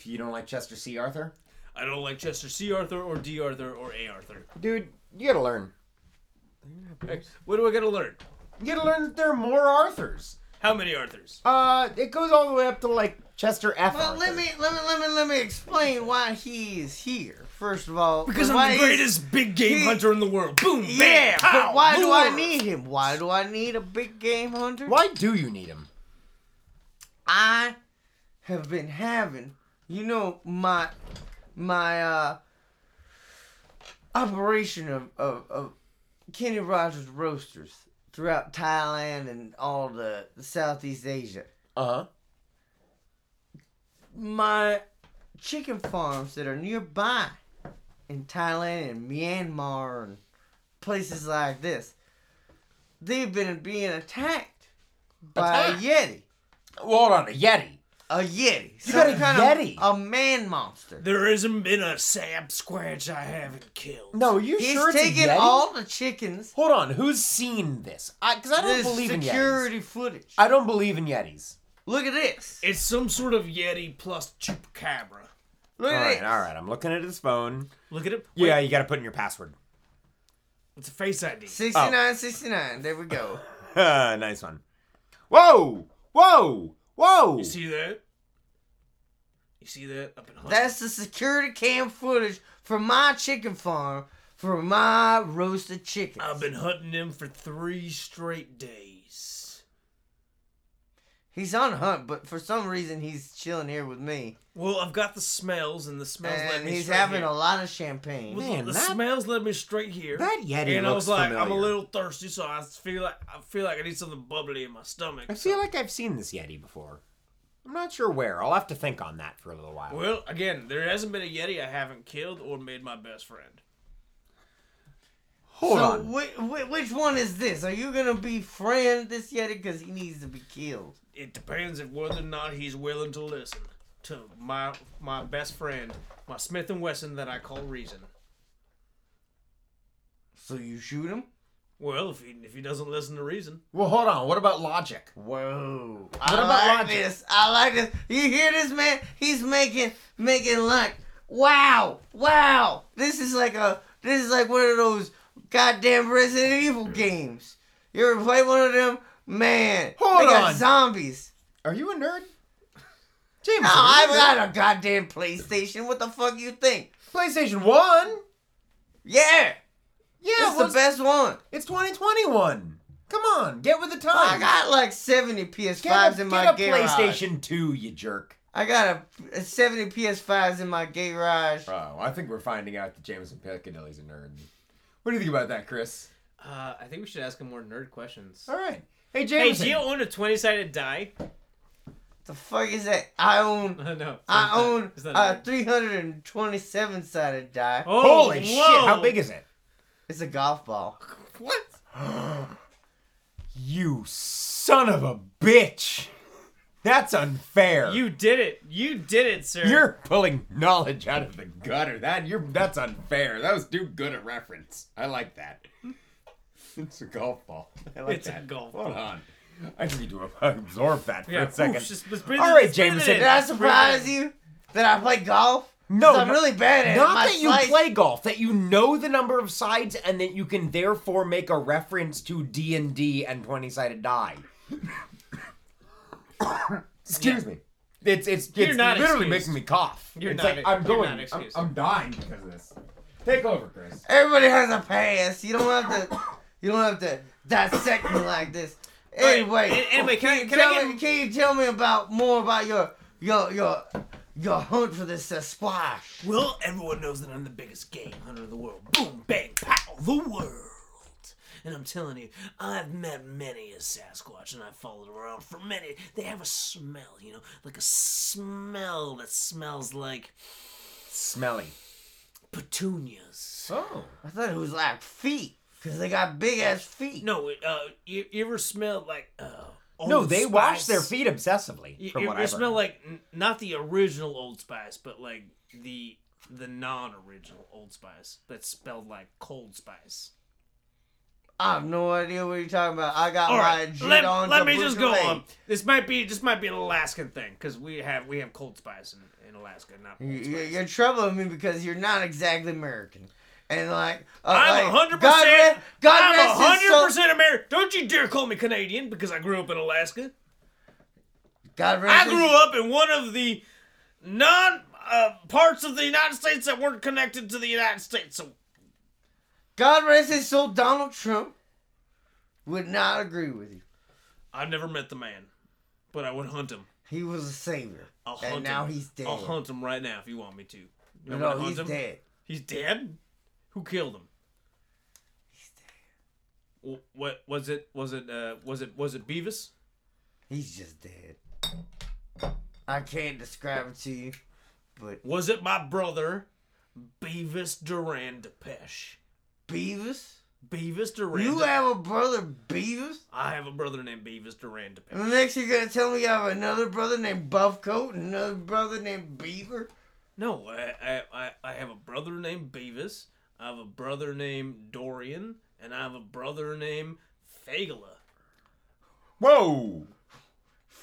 You don't like Chester C. Arthur?
I don't like Chester C. Arthur or D. Arthur or A. Arthur.
Dude, you gotta learn.
What do I gotta learn?
You gotta learn that there are more Arthurs.
How many Arthurs?
Uh, it goes all the way up to like Chester F.
Well, let
Arthur.
me let me let me let me explain why he is here. First of all,
Because
and
I'm
why
the
is-
greatest big game
he-
hunter in the world. Boom, bam,
Yeah,
pow,
but why do I
lure.
need him? Why do I need a big game hunter?
Why do you need him?
I have been having, you know, my my uh operation of of, of Kenny Rogers roasters throughout Thailand and all the Southeast Asia.
Uh huh.
my chicken farms that are nearby in Thailand and Myanmar and places like this, they've been being attacked by
Attacked?
a Yeti.
Well, hold on, a Yeti.
A Yeti.
You got
Some
a
kind
Yeti?
Of, a man monster.
There isn't been a Sam Squatch I haven't killed.
No, are you
He's
sure it's
taking
a Yeti?
all the chickens.
Hold on, who's seen this? Because I, don't
This
believe in Yetis.
security footage.
I don't believe in Yetis.
Look at this.
It's some sort of Yeti plus chupacabra.
Look
All
at
right,
this.
all right. I'm looking at his phone.
Look at it. Wait,
Yeah, you gotta put in your password.
It's a face ID.
69,
Oh.
69. There we go.
nice one. Whoa, whoa, whoa.
You see that? You see that? Up in Hunt.
That's the security cam footage from my chicken farm for my roasted chickens.
I've been hunting him for three straight days.
He's on a hunt, but for some reason he's chilling here with me,
Well, I've got the smells, and the smells led
and
me
he's
straight
having
here.
a lot of champagne.
Well,
Man,
the
that-
smells led me straight here.
that Yeti
and I
looks
was like, I'm a
familiar.
little thirsty, so I feel like I feel like I need something bubbly in my stomach.
I feel like I've seen this Yeti before. I'm not sure where. I'll have to think on that for a little while.
Well, again, there hasn't been a Yeti I haven't killed or made my best friend.
Hold
so
on.
Whi- whi- which one is this? Are you gonna befriend this yeti because he needs to be killed?
It depends if whether or not he's willing to listen to my my best friend, my Smith and Wesson that I call Reason.
So you shoot him?
Well, if he if he doesn't listen to Reason,
Well, hold on. What about logic?
Whoa!
What
I
about
like
logic?
this. I like this. You hear this, man? He's making making like wow, wow. This is like a this is like one of those goddamn Resident Evil games. You ever play one of them? Man,
Hold
they got
on.
zombies.
Are you a nerd? James,
No, I've got a goddamn PlayStation. What the fuck you think?
PlayStation 1?
Yeah,
Yeah,
it's
well,
the best one.
it's 2021. Come on, get with the
I
times.
got like 70 PS5s
get a,
in my
get a
garage.
PlayStation 2, you jerk.
I got a, a 70 PS5s in my garage.
Oh, I think we're finding out that Jameson Piccadilly's a nerd. What do you think about that, Chris?
Uh, I think we should ask him more nerd questions.
All right. Hey,
Hey,
Jameson.
do you own a 20 sided die?
The fuck is that? I own
no. it's not that.
I own
It's not
a
nerd.
327 sided die.
Oh,
Holy shit,
whoa.
how big is it?
It's a golf ball.
What?
You son of a bitch. That's unfair.
You did it. You did it, sir.
You're pulling knowledge out of the gutter. That you're that's unfair. That was too good a reference. I like that. It's a golf ball. I like
It's a
that.
golf
Hold on. I just need to absorb that for
yeah,
a second.
oof, just- let's breathe
All
it-
right,
let's breathe it
Jameson,
in.
Did I
Let's breathe it in.
surprise you that I play golf?
No,
'Cause I'm
no-
really bad at it.
Not
My
that you
slice-
play golf, that you know the number of sides and that you can therefore make a reference to D and D and twenty sided die. Excuse me. It's it's,
You're
it's
not
literally
excused.
making me cough.
You're
it's
not-
like I'm
you're
going.
not
I'm,
excused.
I'm dying because of this. Take over, Chris.
Everybody has a pass. You don't have to. You don't have to dissect me like this. Anyway,
An- anyway, can I-
you
can I
tell
get-
me, can you tell me about more about your your your your hunt for this uh, splash?
Well, everyone knows that I'm the biggest game hunter in the world. Boom, bang, pow, the world. And I'm telling you, I've met many a Sasquatch and I've followed around for many. They have a smell, you know, like a smell that smells like
Smelly.
petunias.
Oh.
I thought it was like feet, cause they got big ass feet.
No, uh, you, you ever smelled like. Uh, Old
No, they wash
Spice?
their feet obsessively.
You,
from
you-
what
you
I've
smell
heard.
like n- not the original Old Spice, but like the the non-original Old Spice that's spelled like cold spice.
I have no idea what you're talking about. I got
All
my
right,
jit
let,
on
let
to
me just go
Bushel Bay.
on. This might be this might be an Alaskan thing because we have we have cold spice in, in Alaska, not
You-
Old
you-
Spice.
You're troubling me because you're not exactly American. And like, uh,
I'm
like,
hundred
God
percent.
rest- God
I'm
rest his
hundred
soul-
percent American. Don't you dare call me Canadian because I grew up in Alaska.
God rest
I
his-
grew up in one of the non uh, parts of the United States that weren't connected to the United States. So
God rest his soul, Donald Trump would not agree with you.
I've never met the man, but I would hunt him.
He was a savior.
I'll hunt
and now
him.
he's dead.
I'll hunt him right now if you want me to. You want me to
no,
hunt
he's
him?
dead.
He's dead. Who killed him? He's dead. What was it? Was it? Uh, was it? Was it Beavis?
He's just dead. I can't describe it to you, but
Was it my brother, Beavis Duran Depeche?
Beavis?
Beavis Duran.
You
De-
have a brother, Beavis?
I have a brother named Beavis Duran Depeche.
And next you're gonna tell me you have another brother named Buffcoat and another brother named Beaver?
No, I, I, I, I have a brother named Beavis. I have a brother named Dorian, and I have a brother named Fagala.
Whoa.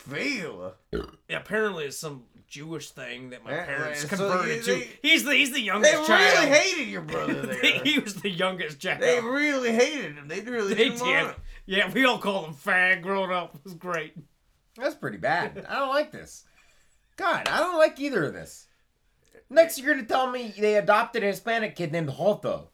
Fagala?
Yeah, apparently it's some Jewish thing that my
Yeah,
parents
yeah, so
converted
they-
to. He's the he's the
They
youngest
really
child.
hated your brother there.
he was the youngest child.
they really hated him. They really
They
didn't want
did.
him.
Yeah, we all called him fag growing up. It was great.
That's pretty bad. I don't like this. God, I don't like either of this. Next, you're gonna tell me they adopted a Hispanic kid named Joto.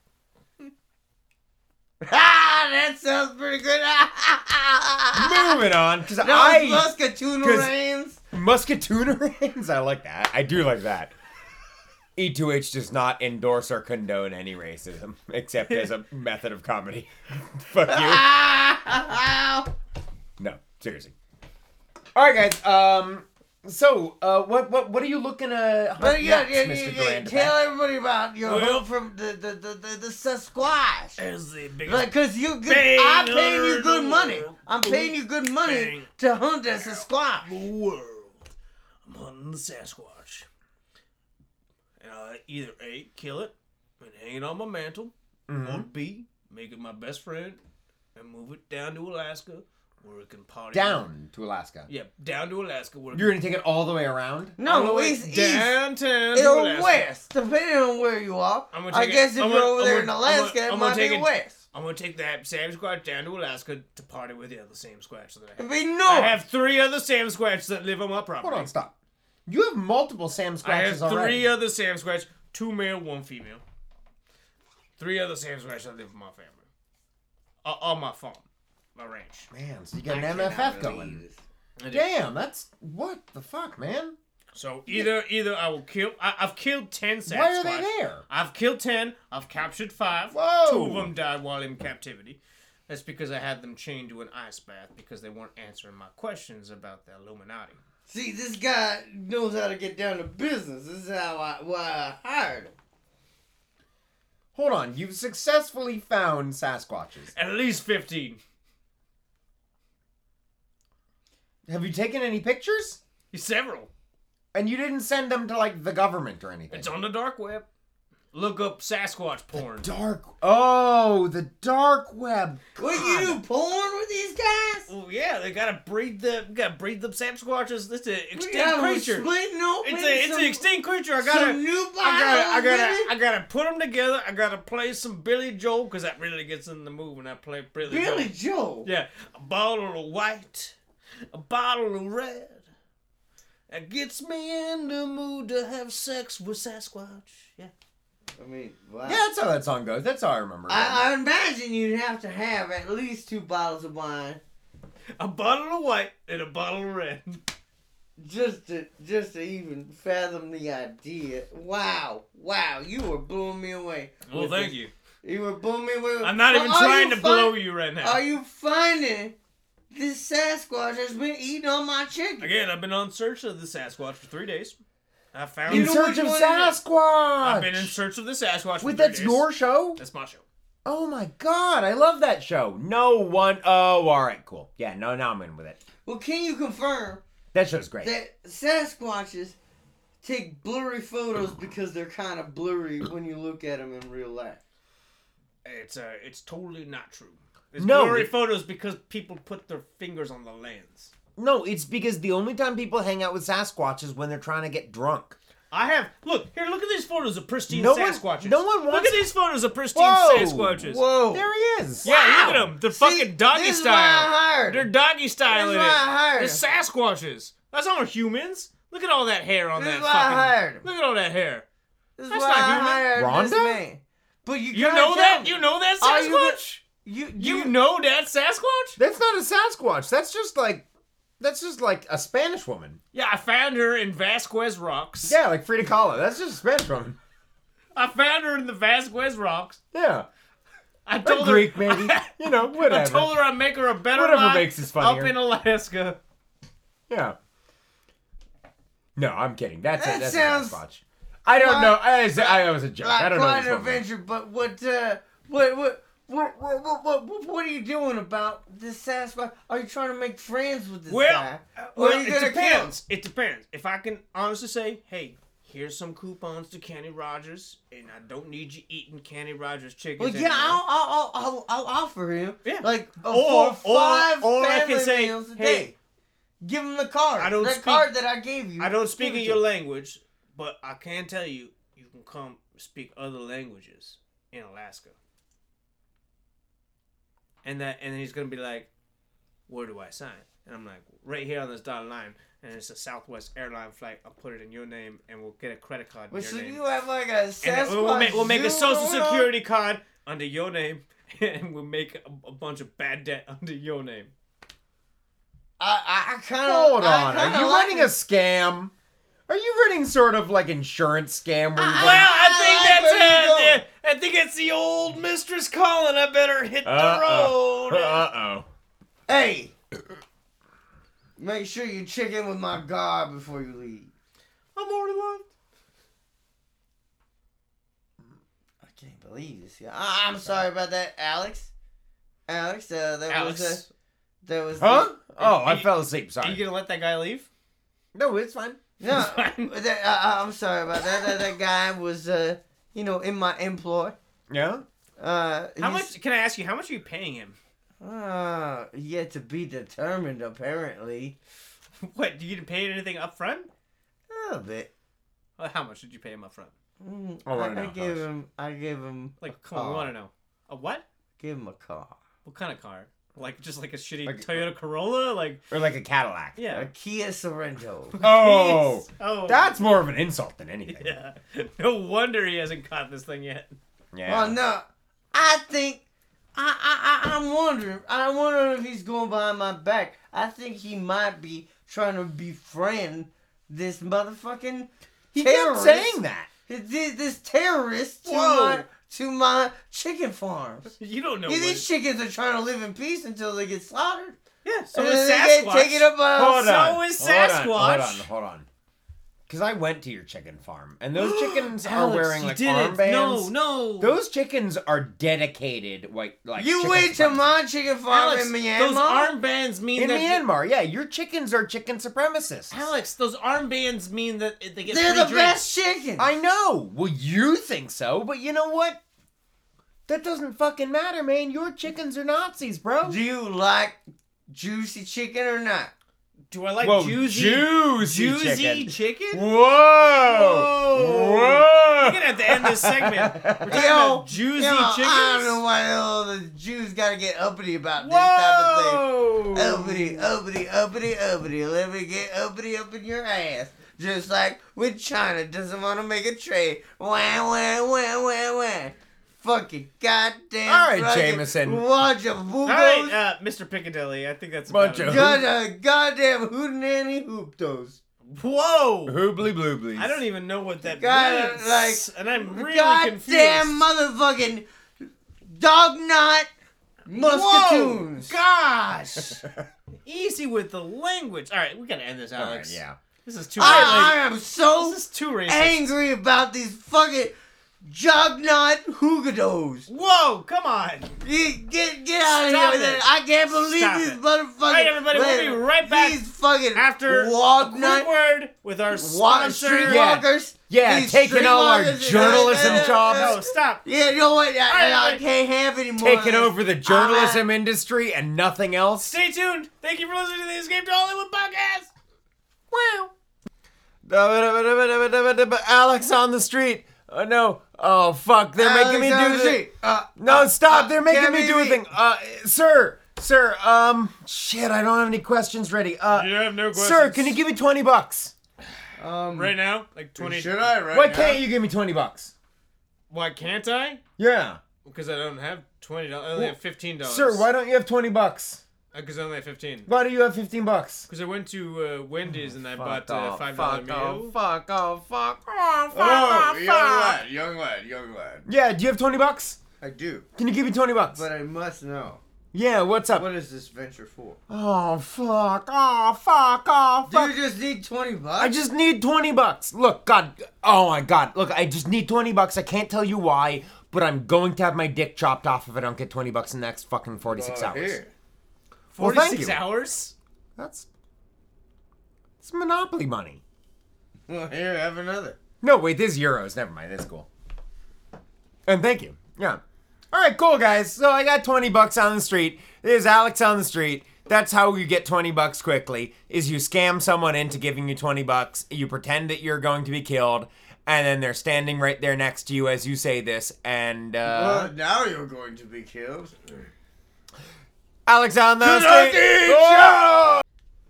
Ah, that sounds pretty good.
Moving on, because
No,
I
it's Muscatuna
'cause-
Reigns.
Muscatooner rings. I like that. I do like that. E2H does not endorse or condone any racism, except as a method of comedy. Fuck you.
Ah,
No, seriously. All right, guys. Um, so uh, what what what are you looking to?
but yeah, yeah, yeah,
next, Mr.
yeah,
Durand?
Tell everybody about your
Well- Eh,
hunt from the the the the, the Sasquatch.
As the biggest.
Like, cause you, good,
Bang
I'm paying
under
you good
the
money.
world.
I'm paying you good money
Bang.
to hunt as a squash.
the world. I'm hunting the Sasquatch. And I either A, kill it and hang it on my mantle, or
Mm-hmm.
B, make it my best friend and move it down to Alaska where it can party.
down to Alaska.
Yeah, down to Alaska where it
You're gonna take it all the way around.
No,
can
it's east.
downtown to
It'll
Alaska.
west, depending on where you are.
I'm gonna
I
take it-
guess if
I'm
you're
gonna-
over
I'm
there
gonna-
in
I'm gonna-
Alaska,
I'm
it
gonna
might
take
be
it-
west.
I'm gonna take that Sam Squatch down to Alaska to party with the other Sam Squatch that I
It'd
have.
be
I
north.
have three other Sam Squatch that live on my property.
Hold on, stop. You have multiple Sam
I have
scratches
three
already.
other Sam Squatch, two male, one female. Three other Sam Squatch that live with my family. Uh, on my farm. my ranch.
Man, so you got
I
an
cannot
MFF
believe
going.
this.
I do.
Damn, that's what the fuck, man.
So either either I will kill. I, I've killed ten Sasquatch.
Why are they there?
I've killed ten. I've captured five.
Whoa.
Two of them died while in captivity. That's because I had them chained to an ice bath because they weren't answering my questions about the Illuminati.
See, this guy knows how to get down to business. This is how I why I hired him.
Hold on, you've successfully found Sasquatches.
At least fifteen.
Have you taken any pictures?
Several.
And you didn't send them to like the government or anything.
It's on the dark web. Look up Sasquatch porn.
dark. Oh, the dark web.
What you do porn with these guys?
Well, yeah, they gotta breed the gotta breed the Sasquatches. This is an
We
extinct
got
creature.
splitting open.
It's a it's
some,
an extinct creature. I gotta
some new
I gotta, I
biology.
gotta, I gotta put them together. I gotta play some Billy Joel because that really gets in the mood when I play Billy,
Billy
Joel.
Joel.
Yeah, a bottle of white, a bottle of red. That gets me in the mood to have sex with Sasquatch. Yeah.
I mean, wow.
Yeah, that's how that song goes. That's how I remember. it.
I, I imagine you'd have to have at least two bottles of wine
A bottle of white and a bottle of red.
just to just to even fathom the idea. Wow, wow, you were blowing me away.
Well,
with
thank
this.
you.
You were blowing me away. with-
I'm not
Well,
even
are
trying to
fin-
blow you right now.
Are you finding this Sasquatch has been eating on my chicken?
Again, I've been on search of the Sasquatch for three days. I found.
in
know
search
which
of
one it is?
Sasquatch.
I've been in search of the Sasquatch. for
Wait,
three
that's
days.
your show?
That's my show.
Oh my god, I love that show. No one oh, all right, cool. Yeah, no, now I'm in with it.
Well, can you confirm
That show's great.
that Sasquatches take blurry photos because they're kind of blurry when you look at them in real life?
It's uh, it's totally not true. It's
No,
blurry
it-
photos because people put their fingers on the lens.
no, it's because the only time people hang out with Sasquatch is when they're trying to get drunk.
I have look here. Look at these photos of pristine
No one-
Sasquatches.
no one
Look
wants-
at these photos of pristine
Whoa!
Sasquatches.
Whoa.
There he is.
Yeah, look at them. They're fucking doggy
this is why
style.
I hired
They're
him.
doggy styling
why I
it.
hired
They're
him.
Sasquatches. That's not humans. Look at all that hair on
This
that
is why I
Oh, fucking.
hired him.
Look at all that hair.
This is
That's
why
not
I
human.
hired this
Rhonda?
man. But you,
You
gotta
know
tell
that?
me.
You know that
Are you gonna-
Sasquatch?
you
You, know that Sasquatch?
That's not a Sasquatch. That's just like that's just like a Spanish woman.
Yeah, I found her in Vasquez Rocks.
Yeah, like Frida Kahlo. That's just a Spanish woman.
I found her in the Vasquez Rocks.
Yeah.
I
Or
told her
Greek maybe. you know, whatever.
I told her I'd make her a better
Whatever
life
makes this
up
funnier.
in Alaska.
Yeah. No, I'm kidding. That's
That
it. That's
sounds
a Sasquatch. I don't
quite-
know. I, I, I was a joke. I
like
don't know.
quite
this
an
woman.
adventure. But what, uh, what, what, what, what, what, what, what, what are you doing about this Sasquatch? Are you trying to make friends with this
Well,
guy?
uh,
Or
well,
are you
it
gonna
depends. It depends. If I can honestly say, hey, here's some coupons to Candy Rogers, and I don't need you eating Candy Rogers chicken.
Well, yeah, I'll, I'll, I'll, I'll, I'll offer him
Yeah.
like a
Or-
full
or-
five
or I can
family
say,
meals a
hey,
day. Give him the card.
I don't
that
speak-
card that I gave you.
I don't speak
Give
in
it
your
to him.
language, but I can tell you, you can come speak other languages in Alaska. And that, and then he's gonna be like, "Where do I sign?" And I'm like, "Right here on this dotted line." And it's a Southwest airline flight. I'll put it in your name, and we'll get a credit card. in
But
your
should
name.
you have like a Sasquatch?
And then we'll make, we'll make a
zoo
social
going on?
security card under your name, and we'll make a, a bunch of bad debt under your name.
I, I, I kind of
Hold on. Are you running a scam? Are you running sort of like insurance scam? Where you're
Well,
like,
I think
I like where you're
that's it. I think it's the old mistress calling. I better hit the
Uh-oh.
road.
uh oh.
Hey, make sure you check in with my guard before you leave.
I'm already loved.
I can't believe this. Guy. I, I'm sorry about that, Alex. Alex, uh, that was
Alex,
a, that was
Huh? Oh, I
you-
fell asleep.
are you
Sorry.
gonna let that guy leave?
No, it's fine.
the, no. that, I, I- I'm sorry about that. That, that guy was uh, you know, in my employ.
Yeah.
Uh,
How
he's-
much? Can I ask you? How much are you paying him?
Uh, yet to be determined, apparently.
What? You didn't pay anything up front?
A little bit.
Well, how much did you pay him up front?
Mm,
Oh, I wanna
I, I
know,
gave
Alex.
him. I gave him.
Like,
a
come on, we
car.
want to know. A what?
Give him a car.
What kind of car? Like, just like a shitty
Like-
Toyota Corolla? Like,
Or like a Cadillac.
A
yeah.
Kia Sorrento.
Oh,
Jeez. oh,
that's more of an insult than anything.
Yeah. No wonder he hasn't caught this thing yet.
Yeah.
Well, no, I think I, I, I- I'm wondering. I'm wondering if he's going behind my back. I think he might be trying to befriend this motherfucking
He kept
terrorist.
saying that.
This, this terrorist to
Whoa.
my to my chicken farms.
You don't know.
Yeah,
what-
these chickens are trying to live in peace until they get slaughtered.
Yeah,
So
so
and
is
then Uh, they
Sasquatch.
get taken up by.
Hold
Oh, So
on.
is
Hold on, hold on,
Sasquatch.
hold on. Because I went to your chicken farm, and those chickens are
Alex,
wearing
you
like
Didn't.
armbands.
No, no.
Those chickens are dedicated, like like
you
chicken
went to
supremacists.
my chicken farm
Alex,
in
those
Myanmar.
armbands mean
in
that
Myanmar. Yeah, your chickens are chicken supremacists.
Alex, those armbands mean that they get
They're
free
the
drinks.
best chickens.
I know. Well, you think so, but you know what? That doesn't fucking matter, man. Your chickens are Nazis, bro.
Do you like juicy chicken or not?
Do I like
Whoa,
juicy,
juicy
juicy
chicken.
chicken?
Whoa!
Whoa. We're
Whoa!
gonna have to end this segment. We're talking
Yo,
about juicy
Yeah,
chickens.
I don't know why all the Jews gotta get uppity about this type of
Whoa!
thing. Uppity, uppity, uppity, uppity. Let me get uppity up in your ass. Just like when China doesn't want to make a trade. Wah, wah, wah, wah, wah. Fucking goddamn.
All right,
fucking
Jameson.
Watch a boogos.
All right, uh, Mr. Piccadilly. I think that's about
Bunch
it.
of-
Got a goddamn hootenanny hooptos.
Whoa!
Hoobly blooblies.
I don't even know what that
God,
means,
like,
and I'm really
goddamn
confused.
motherfucking dog knot musketoons.
Gosh, easy with the language. All right, we gotta end this,
All right,
Alex.
yeah.
this is too
I,
racist.
I am so
This is too racist.
angry about these fucking jugnaut hoogados.
Whoa! Come on.
Get get, get out of
Stop
here with
it.
that. I can't believe
Stop
these
it.
motherfuckers.
Right, everybody, we'll be right back
These fucking
After a
walk
quick
nut
word with our
walk
sponsor.
Yeah.
streetwalkers.
Yeah,
These
taking all our
streetwalkers-
journalism
No,
jobs.
stop.
Yeah, you know what? I,
right,
I
right.
can't have any more. Uh, of
Taking
this.
over the journalism industry and nothing else.
Stay tuned. Thank you for listening to the Escape to Hollywood podcast.
Alex on the street. Oh no. Oh fuck. They're making me
Alex on
do
the
this.
street. Uh,
No, stop! They're making me
Gabby
do a
V.
thing. Uh, sir, sir, um, shit, I don't have any questions ready. Uh,
have no
sir, can you give me twenty bucks?
um,
right now? Like twenty?
should I right
Why
now?
can't you give me twenty bucks?
Why can't I?
Yeah,
Because I don't have twenty dollars. I only have fifteen dollars.
sir, why don't you have twenty bucks?
Because I only have fifteen.
Why do you have fifteen bucks?
Because I went to uh, Wendy's and I bought a uh, five dollar meal.
fuck off, fuck off,
Oh, young lad, young lad, young lad.
Yeah, do you have twenty bucks?
I do,
Can you give me twenty bucks?
but I must know
yeah, what's up?
what is this venture for?
Oh fuck! Oh fuck! Oh
Do
fuck!
you just need twenty bucks?
I just need 20 bucks. Look, God. Oh my God. Look, I just need 20 bucks. I can't tell you why, but I'm going to have my dick chopped off if I don't get 20 bucks in the next fucking 46
Uh,
hours.
here.
Well,
Forty
thank
six
you.
hours.
That's. It's Monopoly money.
Well, here, have another.
No, wait, this is euros. Never mind. That's cool. And thank you. Yeah. All right, cool, guys. So I got 20 bucks on the street. There's Alex on the street. That's how you get 20 bucks quickly is you scam someone into giving you 20 bucks. You pretend that you're going to be killed and then they're standing right there next to you as you say this and uh,
well, now you're going to be killed.
Alex on the street. Oh!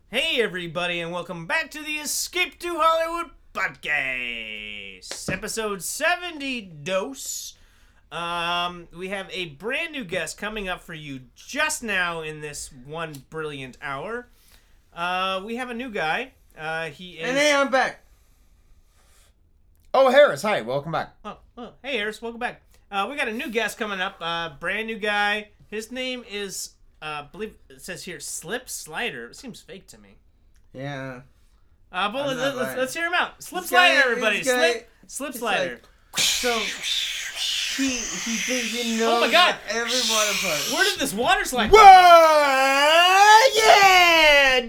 Hey everybody, and welcome back to the Escape to Hollywood podcast, episode seventy dose. Um, we have a brand new guest coming up for you just now in this one brilliant hour. Uh, we have a new guy. Uh, he is.
And hey, I'm back.
Oh, Harris, hi. Welcome back.
Oh, oh, hey, Harris, welcome back. Uh, we got a new guest coming up, uh, brand new guy. His name is, uh, I believe it says here, Slip Slider. It seems fake to me.
Yeah.
Uh, but
I'm
let's,
not
let's,
lying.
let's hear him out. Slip
This
Slider,
guy-
everybody.
this guy-
slip, slip
it's
Slider.
like- So he he thinks he knows.
Oh
my God.
Every water park.
Where did this water slide?
Whoa! Yeah,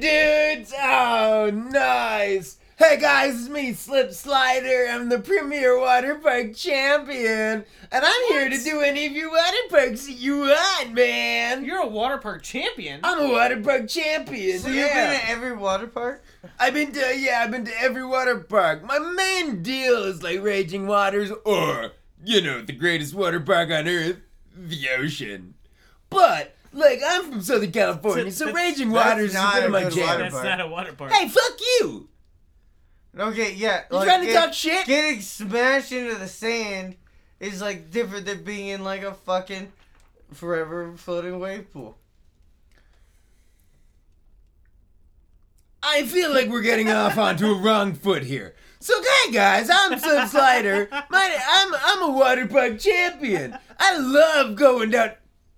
dudes! Oh, nice! Hey guys, it's me, Slip Slider. I'm the premier water park champion, and I'm here to do any of your water parks that you want, man.
You're a water park champion.
I'm a water park champion.
So you've
yeah.
been at every water park?
I've been to yeah, I've been to every water park. My main deal is like raging waters or you know the greatest water park on earth, the ocean. But like I'm from Southern California, so
That's-
raging
that's
waters is
not
a bit
a
of my
good
jam.
water
That's
park.
not a water park.
Hey, fuck you!
Okay, yeah.
You
like,
trying to
get-
talk shit?
Getting smashed into the sand is like different than being in like a fucking forever floating wave pool.
I feel like we're getting off onto a wrong foot here. So, hey guys, I'm Sub Slider. My, I'm I'm a water park champion. I love going down.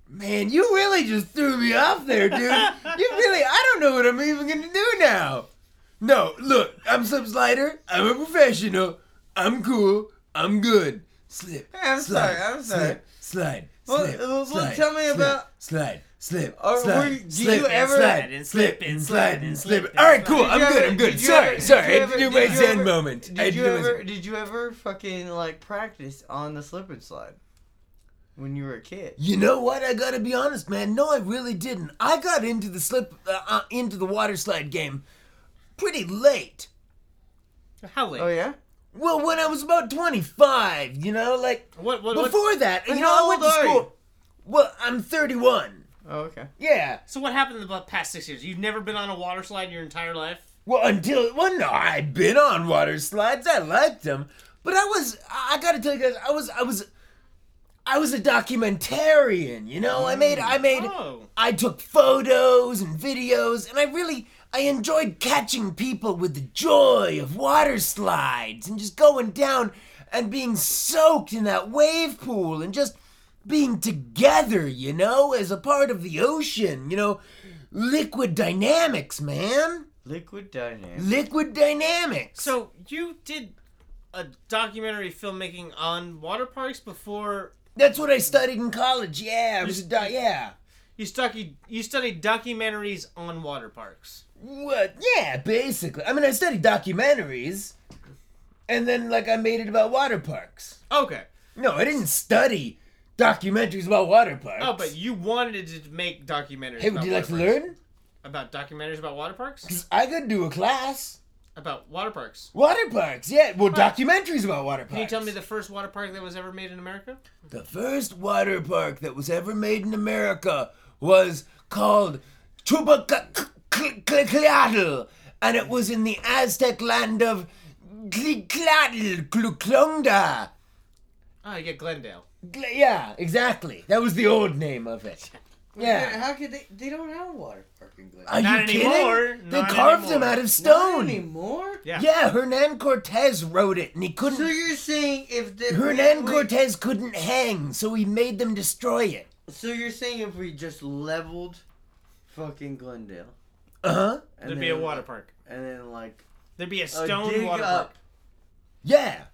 Man, you really just threw me off there, dude. You really, I don't know what I'm even gonna do now. No, look, I'm Slip Slider. I'm a professional. I'm cool. I'm good. Slip.
Hey, I'm
slide,
sorry, I'm sorry.
Slip. Slide.
Well,
slip,
uh, well,
slide,
tell me
slip,
about-
slide. Slip,
Or
slide,
were- do
slip,
you ever-
slide,
and
slip,
slip,
and
and
slide,
slip,
and
and
slip.
slip,
All right,
and
cool.
slide.
I'm
Did you
good.
ever-
I'm good.
did you
Sorry,
ever-
sorry. I
did you
had to do
ever-
my
did you
Zen
ever-
moment. I had
Did
to
you
do my Zen-
ever? Did you ever fucking like practice on the slip and slide when you were a kid?
You know what? I gotta be honest, man. No, I really didn't. I got into the slip, uh, uh, into the water slide game, pretty late.
How late?
Oh yeah.
Well, when I was about twenty-five, you know, like
What? What? what-
before that, you know,
how
I went to
old are
school.
you?
Well, I'm thirty-one.
Oh okay.
Yeah.
so what happened in the past six years? You've never been on a water slide in your entire life.
Well, until well, no, I'd been on water slides. I liked them, but I was I I gotta tell you guys, I was I was I was a documentarian. You know, I made I made.
Oh.
I took photos and videos, and I really I enjoyed catching people with the joy of water slides and just going down and being soaked in that wave pool and just being together, you know, as a part of the ocean, you know, liquid dynamics, man.
Liquid dynamics.
Liquid dynamics.
So you did a documentary filmmaking on water parks before
that's what I studied in college. Yeah, I was a doc- yeah.
you studied you studied documentaries on water parks.
What? Yeah, basically. I mean, I studied documentaries, and then like I made it about water parks.
Okay.
No, I didn't study documentaries about water parks.
Oh, but you wanted to make documentaries.
hey, would
about
you like to
water parks.
learn?
about documentaries about water parks?
'Cause I could do a class.
About water parks.
Water parks, yeah. Well, documentaries about water parks.
Can you tell me the first water park that was ever made in America?
the first water park that was ever made in America was called Chubacacatl, and it was in the Aztec land of Tlicatl, Cluclonda.
Oh, yeah, Glendale.
Gl- Yeah, exactly. That was the old name of it. Yeah.
How could they? They don't have a water park in Glendale.
Are
Not
you
anymore.
kidding? They
Not
carved them
anymore.
out of
Not
stone.
anymore.
Yeah.
Yeah, Hernan Cortez wrote it, and he couldn't.
So you're saying if the
Hernan
we-
Cortez couldn't hang, so he made them destroy it.
So you're saying if we just leveled fucking Glendale,
Uh huh.
and
There'd be a
then-
water park.
and then like
There'd be a
a
stone
dig
water
up,
park.
Yeah.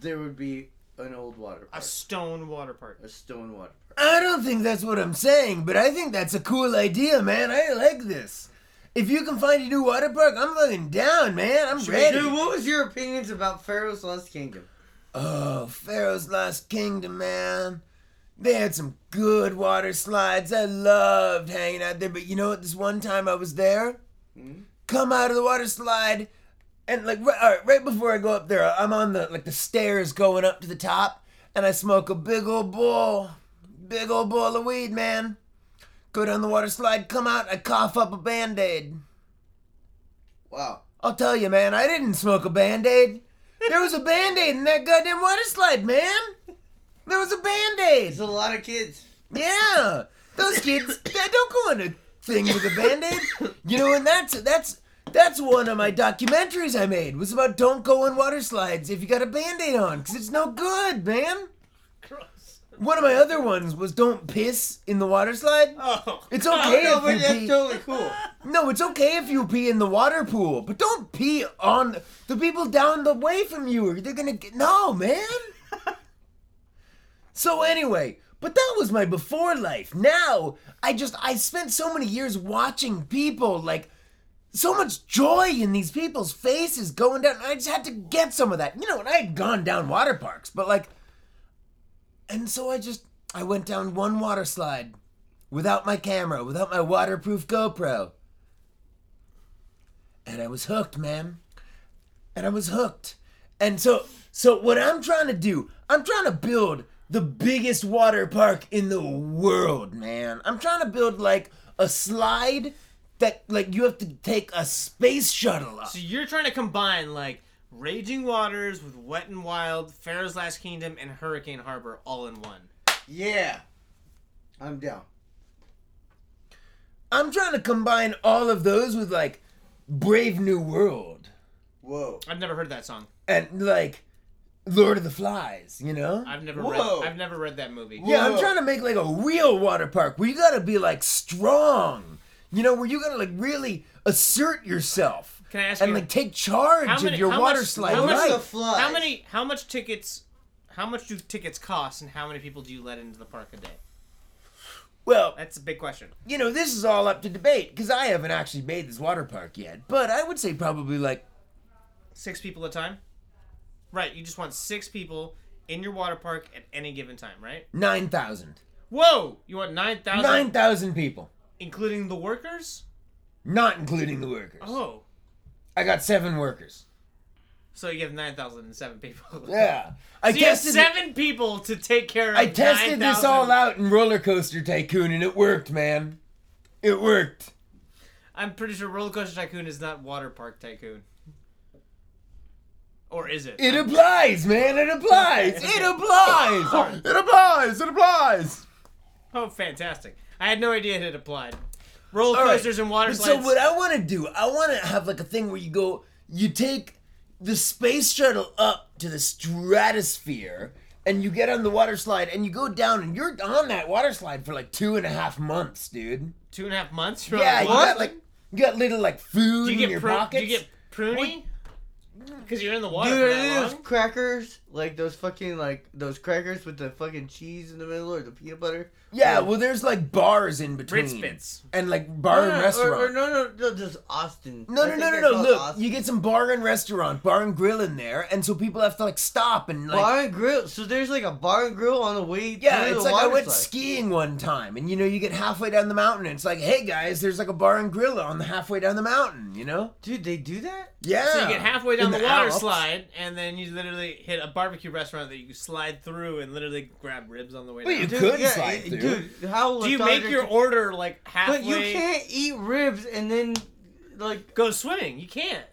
there would be an old water
A
park,
stone water park.
a stone water park.
I don't think that's what I'm saying, but I think that's a cool idea, man. I like this. If you can find a new water park, I'm fucking down, man. I'm ready.
Dude, what was your opinions about Pharaoh's Lost Kingdom?
Oh, Pharaoh's Lost Kingdom, man. They had some good water slides. I loved hanging out there. But you know what? This one time I was there, come out of the water slide, and like right, all right, right before I go up there, I'm on the like the stairs going up to the top, and I smoke a big old bowl, big old bowl of weed, man. Go down the water slide, come out, I cough up a band aid.
Wow.
I'll tell you, man, I didn't smoke a band aid. There was a band aid in that goddamn water slide, man. There was a band
It's
aid.
a lot of kids.
Yeah. Those kids, they don't go on a thing with a band aid. You know, and that's that's that's one of my documentaries I made was about don't go on water slides if you got a band aid on, because it's no good, man. One of my other ones was don't piss in the water slide.
Oh.
It's
Oh,
okay
no,
if
but
you
that's
pee.
totally cool.
No, it's okay if you pee in the water pool, but don't pee on the, the people down the way from you, or they're gonna get no, man. so anyway, but that was my before life. Now I just I spent so many years watching people like so much joy in these people's faces going down. and I just had to get some of that, you know. And I had gone down water parks, but like, and so I just I went down one water slide without my camera, without my waterproof GoPro. And I was hooked, man. And I was hooked. And so so what I'm trying to do, I'm trying to build the biggest water park in the world, man. I'm trying to build like a slide that like you have to take a space shuttle up.
So you're trying to combine like Raging Waters with Wet and Wild, Pharaoh's Last Kingdom, and Hurricane Harbor all in one.
Yeah. I'm down.
I'm trying to combine all of those with like Brave New World
Whoa.
I've never heard that song.
and like Lord of the Flies, you know?
I've never
Whoa.
read. I've never read that movie.
yeah, I'm
Whoa.
trying to make like a real water park where you gotta be like strong, you know, where you gotta like really assert yourself
Can I ask
and
you-
like take charge
How many-
of your
how
water
much-
slide
how much
Where's
life.
the fly?
How many? How much tickets? How much do tickets cost, and how many people do you let into the park a day?
well,
That's a big question.
you know, this is all up to debate because I haven't actually made this water park yet, but I would say probably like
Six people at a time. Right. You just want six people in your water park at any given time, right?
9,000.
Whoa! You want nine thousand,
9,000 people,
including the workers.
not including the workers.
Oh,
I got seven workers.
so you have nine thousand and seven people.
Yeah. I
So you have
tested
seven people to take care of.
I tested this
9,000.
all out in Roller Coaster Tycoon and it worked, man. It worked.
I'm pretty sure Roller Coaster Tycoon is not Water Park Tycoon. Or is it?
It applies, man. It applies. It applies. It applies. It applies.
Oh, fantastic. I had no idea it applied. Roller
All right.
coasters and water
But
slides.
So what I want to do, I want to have like a thing where you go, you take the space shuttle up to the stratosphere, and you get on the water slide, and you go down, and you're on that water slide for like two and a half months, dude.
Two and a half months? You're
yeah,
on
you
a water
got like you got little like food
Do you
in
get
your
pru-
pockets.
Do you get pruny? Because you're in the water
Dude,
for
are they
that
those
long?
crackers, like those fucking like those crackers with the fucking cheese in the middle or the peanut butter.
yeah, well, there's like bars in between.
Ritz Bits.
And like bar
no,
and
no,
restaurant.
Or, or no, no, no, just Austin.
No,
I
no,
think
no, no,
they're
no.
called
Look,
Austin.
you get some bar and restaurant, bar and grill in there, and so people have to like stop and like.
bar and grill. So there's like a bar and grill on the way.
yeah,
through
it's
the
like I
water
went
slide.
skiing one time, and you know, you get halfway down the mountain, and it's like, hey guys, there's like a bar and grill on the halfway down the mountain, you know?
Dude, they do that.
Yeah.
So you get halfway down
In
the, water
Alps.
slide, and then you literally hit a barbecue restaurant that you slide through and literally grab ribs on the way
Well,
down.
you
Dude,
could slide through.
Dude, how
Do you
lethargic-
make your order like halfway?
But you can't eat ribs and then like
go swimming. You can't.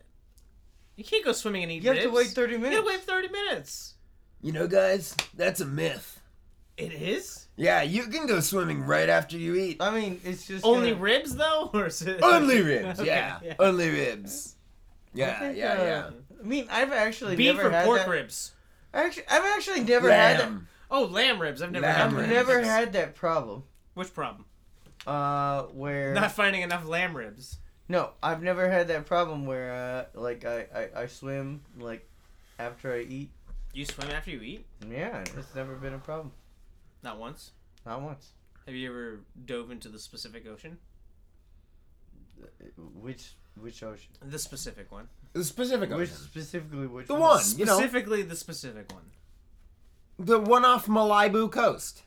You can't go swimming and eat
you have to
ribs.
wait thirty
You
minutes.
gotta wait 30 minutes.
You know, guys, that's a myth.
It is?
Yeah, you can go swimming right after you eat.
I mean, it's just
Only
gonna-
ribs, though? Or is it...
Only ribs.
Okay,
yeah.
yeah.
Only ribs. Yeah,
think,
yeah,
uh,
yeah.
I mean, I've actually
Beef
never
or
had
pork
that.
ribs?
Actually, I've actually never had that.
Lamb.
Oh, lamb ribs. I've never
Lamb
had
I've
ribs.
ribs.
never had that problem.
Which problem?
Uh, where
Not finding enough lamb ribs.
no, I've never had that problem where uh, like I, I I swim like after I eat.
You swim after you eat?
Yeah, it's never been a problem.
Not once.
Not once.
Have you ever dove into the specific ocean?
Which which ocean?
The specific one.
The specific
Which
ocean.
specifically which
The one, you know,
Specifically the specific one.
the one off Malibu coast.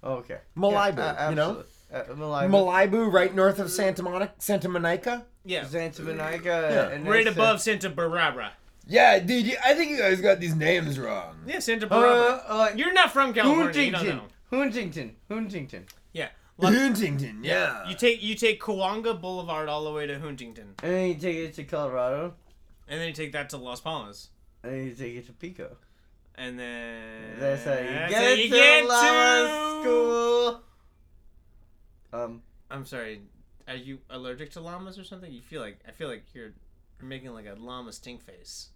Oh, okay.
Malibu, you know?
absolute- Uh, Malibu.
Malibu, right north of Santa Monica, Santa Monica.
Yeah.
Santa Monica.
Yeah.
And
Right
that's, uh,
above Santa Barbara.
Yeah, dude, you- I think you guys got these names wrong.
Yeah, Santa Barbara.
Uh, like
You're not from California. You don't
Huntington.
know.
Huntington. Huntington.
Yeah. Like,
Huntington, yeah.
you take you take Coanga Boulevard all the way to Huntington,
And then you take it to Colorado.
and then you take that to Las Palmas,
And then you take it to Pico.
and then
That's how you
that's
get
how
it
you
to
get
llama
to-
school. Um,
I'm sorry. Are you allergic to llamas or something? You feel like I feel like you're you're making like a llama stink face,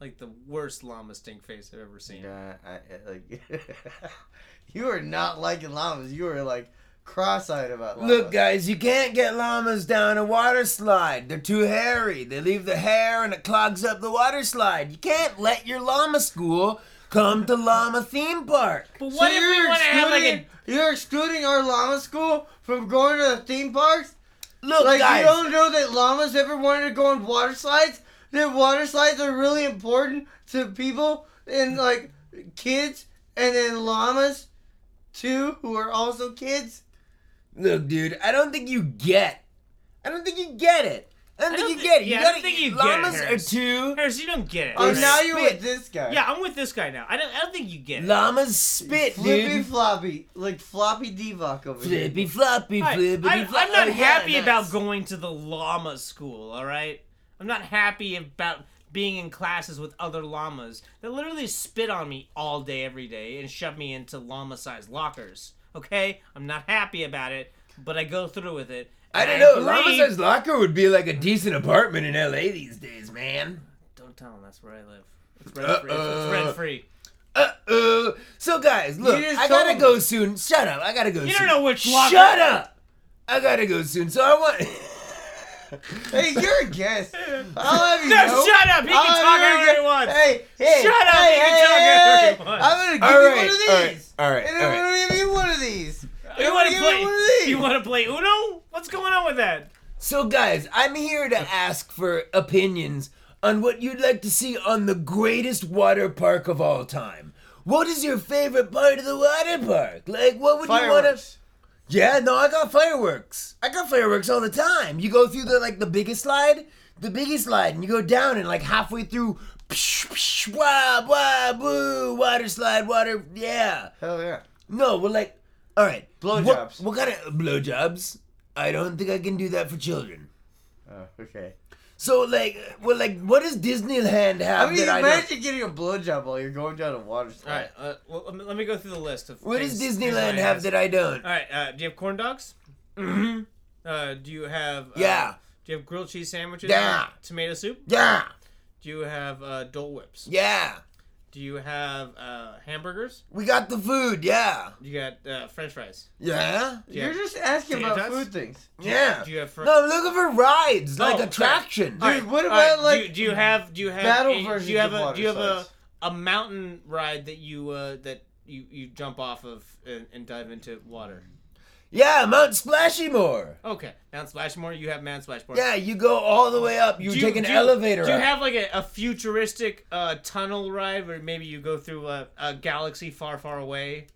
like the worst llama stink face I've ever seen.
nah, I, I- like, you are not liking llamas. You are like cross-eyed about llamas.
Look, guys, you can't get llamas down a water slide. They're too hairy. They leave the hair and it clogs up the water slide. You can't let your llama school come to llama theme park.
But
So
what if
you're
we want to have like a
excluding- You're excluding our llama school from going to the theme parks?
Look,
Like,
guys.
you don't know that llamas ever wanted to go on water slides? That water slides are really important to people and, like, kids, and then llamas, too, who are also kids?
Look, dude, I don't think you get. I don't think you get it. I don't,
I
think
don't
you
thi-
get it.
yeah, I
you gotta
don't think
eat-
you get it,
llamas are
Harris.
too.
Harris? You don't get it.
Oh,
Harris.
now you're
Spit.
with this guy.
yeah, I'm with this guy now. I don't I don't think you get it.
Llamas spit,
Flippy
dude.
floppy. Like, floppy Divock over here.
Flippy floppy,
All right,
flippy
I,
flop-
I'm not
Oh, yeah,
happy
nice.
about going to the llama school. All right, I'm not happy about being in classes with other llamas that literally spit on me all day, every day, and shove me into llama-sized lockers. Okay, I'm not happy about it, but I go through with it.
I don't
And
know. Llama
agree-
says locker would be like a decent apartment in LA these days, man.
Don't tell him that's where I live. It's rent free. It's
Uh-uh.
rent free.
Uh oh. So guys, look,
just
I
told
gotta
me.
go soon. Shut up. I gotta go.
You
soon.
don't know which locker-
Shut up. I gotta go soon. So I want.
Hey, you're a guest. I'll have you
No,
know.
shut up. He
I'll
can
have
talk
you
however
know.
he wants.
Hey, hey,
Shut up,
Hey,
he can
hey,
talk
hey,
however he
hey.
wants.
I'm gonna give
All
you
right,
one of these.
all right, all right,
And
all
I'm
right.
gonna give you one of these.
You
I'm
want
gonna
to
give one of
play?
these.
You want to play Uno? What's going on with that?
so guys, I'm here to ask for opinions on what you'd like to see on the greatest water park of all time. What is your favorite part of the water park? Like, what would you want to?
Fireworks.
Yeah, no, I got fireworks. I got fireworks all the time. You go through the like the biggest slide, the biggest slide, and you go down, and like halfway through, psh, psh, wah, wah, boo, water slide, water, yeah.
Hell yeah.
No, well, like, all right, What,
Blowjobs.
what kind of blowjobs? I don't think I can do that for children.
Oh, okay.
So like, well, like, what does Disneyland
I
have
mean,
that I don't?
imagine getting a blowjob while you're going down a water
All
slide.
right, uh, well, let me- let me go through the list of.
What does
things-
Disneyland
things I
have that I don't?
All right. Uh, do you have corn dogs? Mm-hmm. Uh, do you have? Uh,
Yeah.
Do you have grilled cheese sandwiches?
Yeah.
Tomato soup?
Yeah,
Do you have uh, Dole whips?
yeah,
Do you have uh, hamburgers?
we got the food. Yeah,
You got uh, French fries.
yeah,
Do you
You're
have-
just asking
Can you
about
touch?
food things.
yeah.
Do you have? Fr-
No, I'm looking for rides,
Oh,
like
sorry.
attraction.
Dude, what
All right,
about like
do, you- do you have? Do you have?
battle
a-
versions
do you have
of
a?
water
Do you have a,
slides?
a mountain ride that you uh, that you, you jump off of and, and dive into water?
Yeah, Mount Splashymore.
Okay, Mount Splashmore. You have Mount Splashmore.
Yeah, you go all the way up. You
Do
take an
do
elevator
Do you
up.
have like a, a futuristic uh, tunnel ride where maybe you go through a, a galaxy far, far away?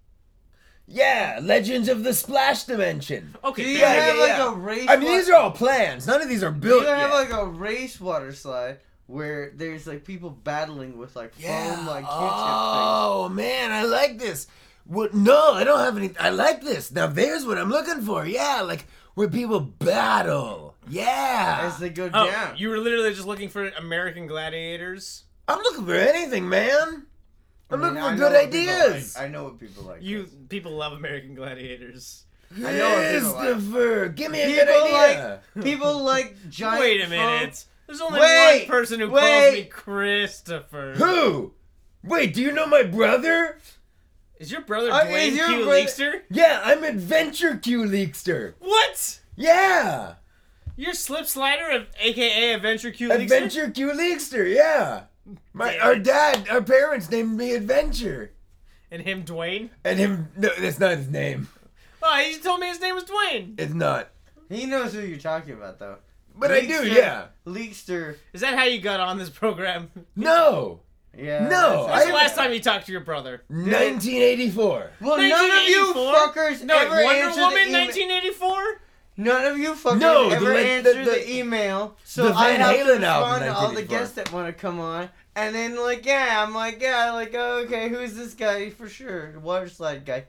yeah, Legends of the Splash Dimension.
Okay,
Do you
fair.
yeah,
have
yeah,
like
yeah.
a race?
I mean,
wa-
these are all plans. None of these are
Do
built
you have
yet.
like a race water slide where there's like people battling with like
yeah.
foam like ketchup
oh man, I like this. What? No, I don't have any. I like this. Now there's what I'm looking for. Yeah, like where people battle. Yeah.
things as they go
Oh,
down.
you were literally just looking for American Gladiators.
I'm looking for anything, man. I'm
I mean,
looking
I
for
know
good
what people
ideas.
like. I know what people like.
You people love American Gladiators.
I know what people like.
Christopher, give me a good
people
idea.
like people like giant.
Wait a minute. There's only
Wait,
one person who calls
wait.
me Christopher.
Who? Wait, do you know my brother?
Is your brother
Uh,
I-
Dwayne
is your
Q
brother-
Leakster?
Yeah, I'm Adventure Q Leakster.
What?
Yeah,
You're Slip Slider, of, aka Adventure Q Leakster?
Adventure Q Leakster. Yeah, my our dad, our parents named me Adventure,
And him, Dwayne?
and him. No, that's not his name.
Oh, he told me his name was Dwayne.
It's not.
He knows who you're talking about though.
But I do.
Leakster.
Yeah.
Leakster.
Is that how you got on this program?
No.
Yeah. that's-
No,
That's
I-
the last time you talked to your brother.
1984.
Well, none of you
1984?
fuckers
No,
ever
Wonder
answered
Woman,
the email.
1984.
None of you fuckers
No, the
ever
la- the-
answer the,
the-
email, so
the
I
Van
have to
Halen
respond
album,
to all the
1984.
guests that want to come on. And then like yeah, I'm like yeah, like oh, okay, who's this guy for sure? Water slide guy.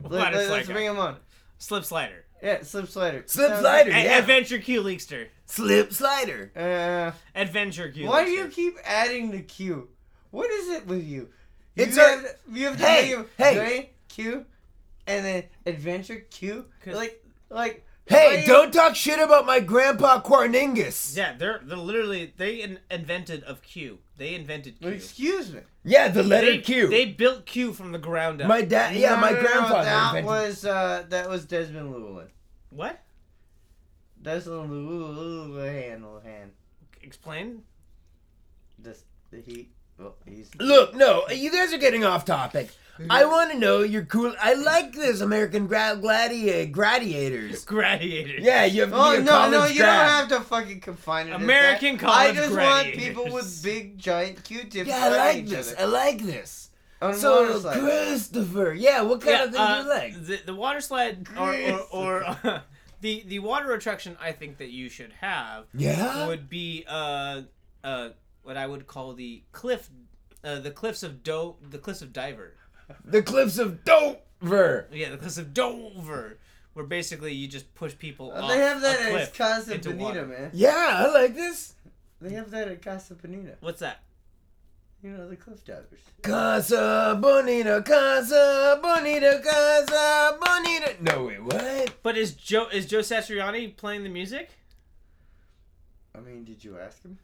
Let,
Water
let,
slide
us
guy.
bring him on.
Slip Slider.
Yeah, slip slider.
Slip
Sounds-
slider.
A-
Yeah.
Adventure Q Leakster.
Slip slider.
Uh,
Adventure Q.
why do
Leakster.
you keep adding the Q? What is it with you? You
It's
have,
a-
you have to
Hey,
think of
hey.
Dwayne, Q, and then adventure Q.
'Cause-
Like like. why
Hey,
you-
don't talk shit about my grandpa Quarningus.
Yeah, they're they're literally they in, invented of Q. They invented Q.
Excuse me.
Yeah, the letter
They,
Q.
They built Q from the ground up.
my dad. Yeah,
No,
my
no, no,
grandfather
that
invented.
was uh, that was Desmond Llewellyn.
what?
Desmond Llewellyn. Llewellyn.
Explain.
This the heat. Well, he's
Look, no, you guys are getting off topic. I want to know your cool. I like this American gra- gladia- gladiators.
Gladiator.
Yeah, you have to
Oh
be a
no,
college
no, you
grad.
don't have to fucking confine it. to
American
that.
college
I just
graduates.
want people with big giant Q-tips.
Yeah, I
fighting
like
each
this. I
other
like this.
On
So
water slide.
Christopher, yeah, what kind
Yeah,
of thing
uh,
do you like?
The, the water slide or, or, or uh, the the water attraction I think that you should have
Yeah,
would be uh, uh, what I would call the cliff, uh, the cliffs of Do, the cliffs of Diver.
the cliffs of Dover.
Yeah, the cliffs of Dover, where basically you just push people.
Uh,
off
they have that
a
at
cliff
Casa
into
Bonita,
water.
man.
Yeah, I like this.
They have that at Casa Bonita.
What's that?
You know, the cliff divers.
Casa Bonita, Casa Bonita, Casa Bonita. No, wait, what?
But is Joe is Joe Satriani playing the music?
I mean, did you ask him?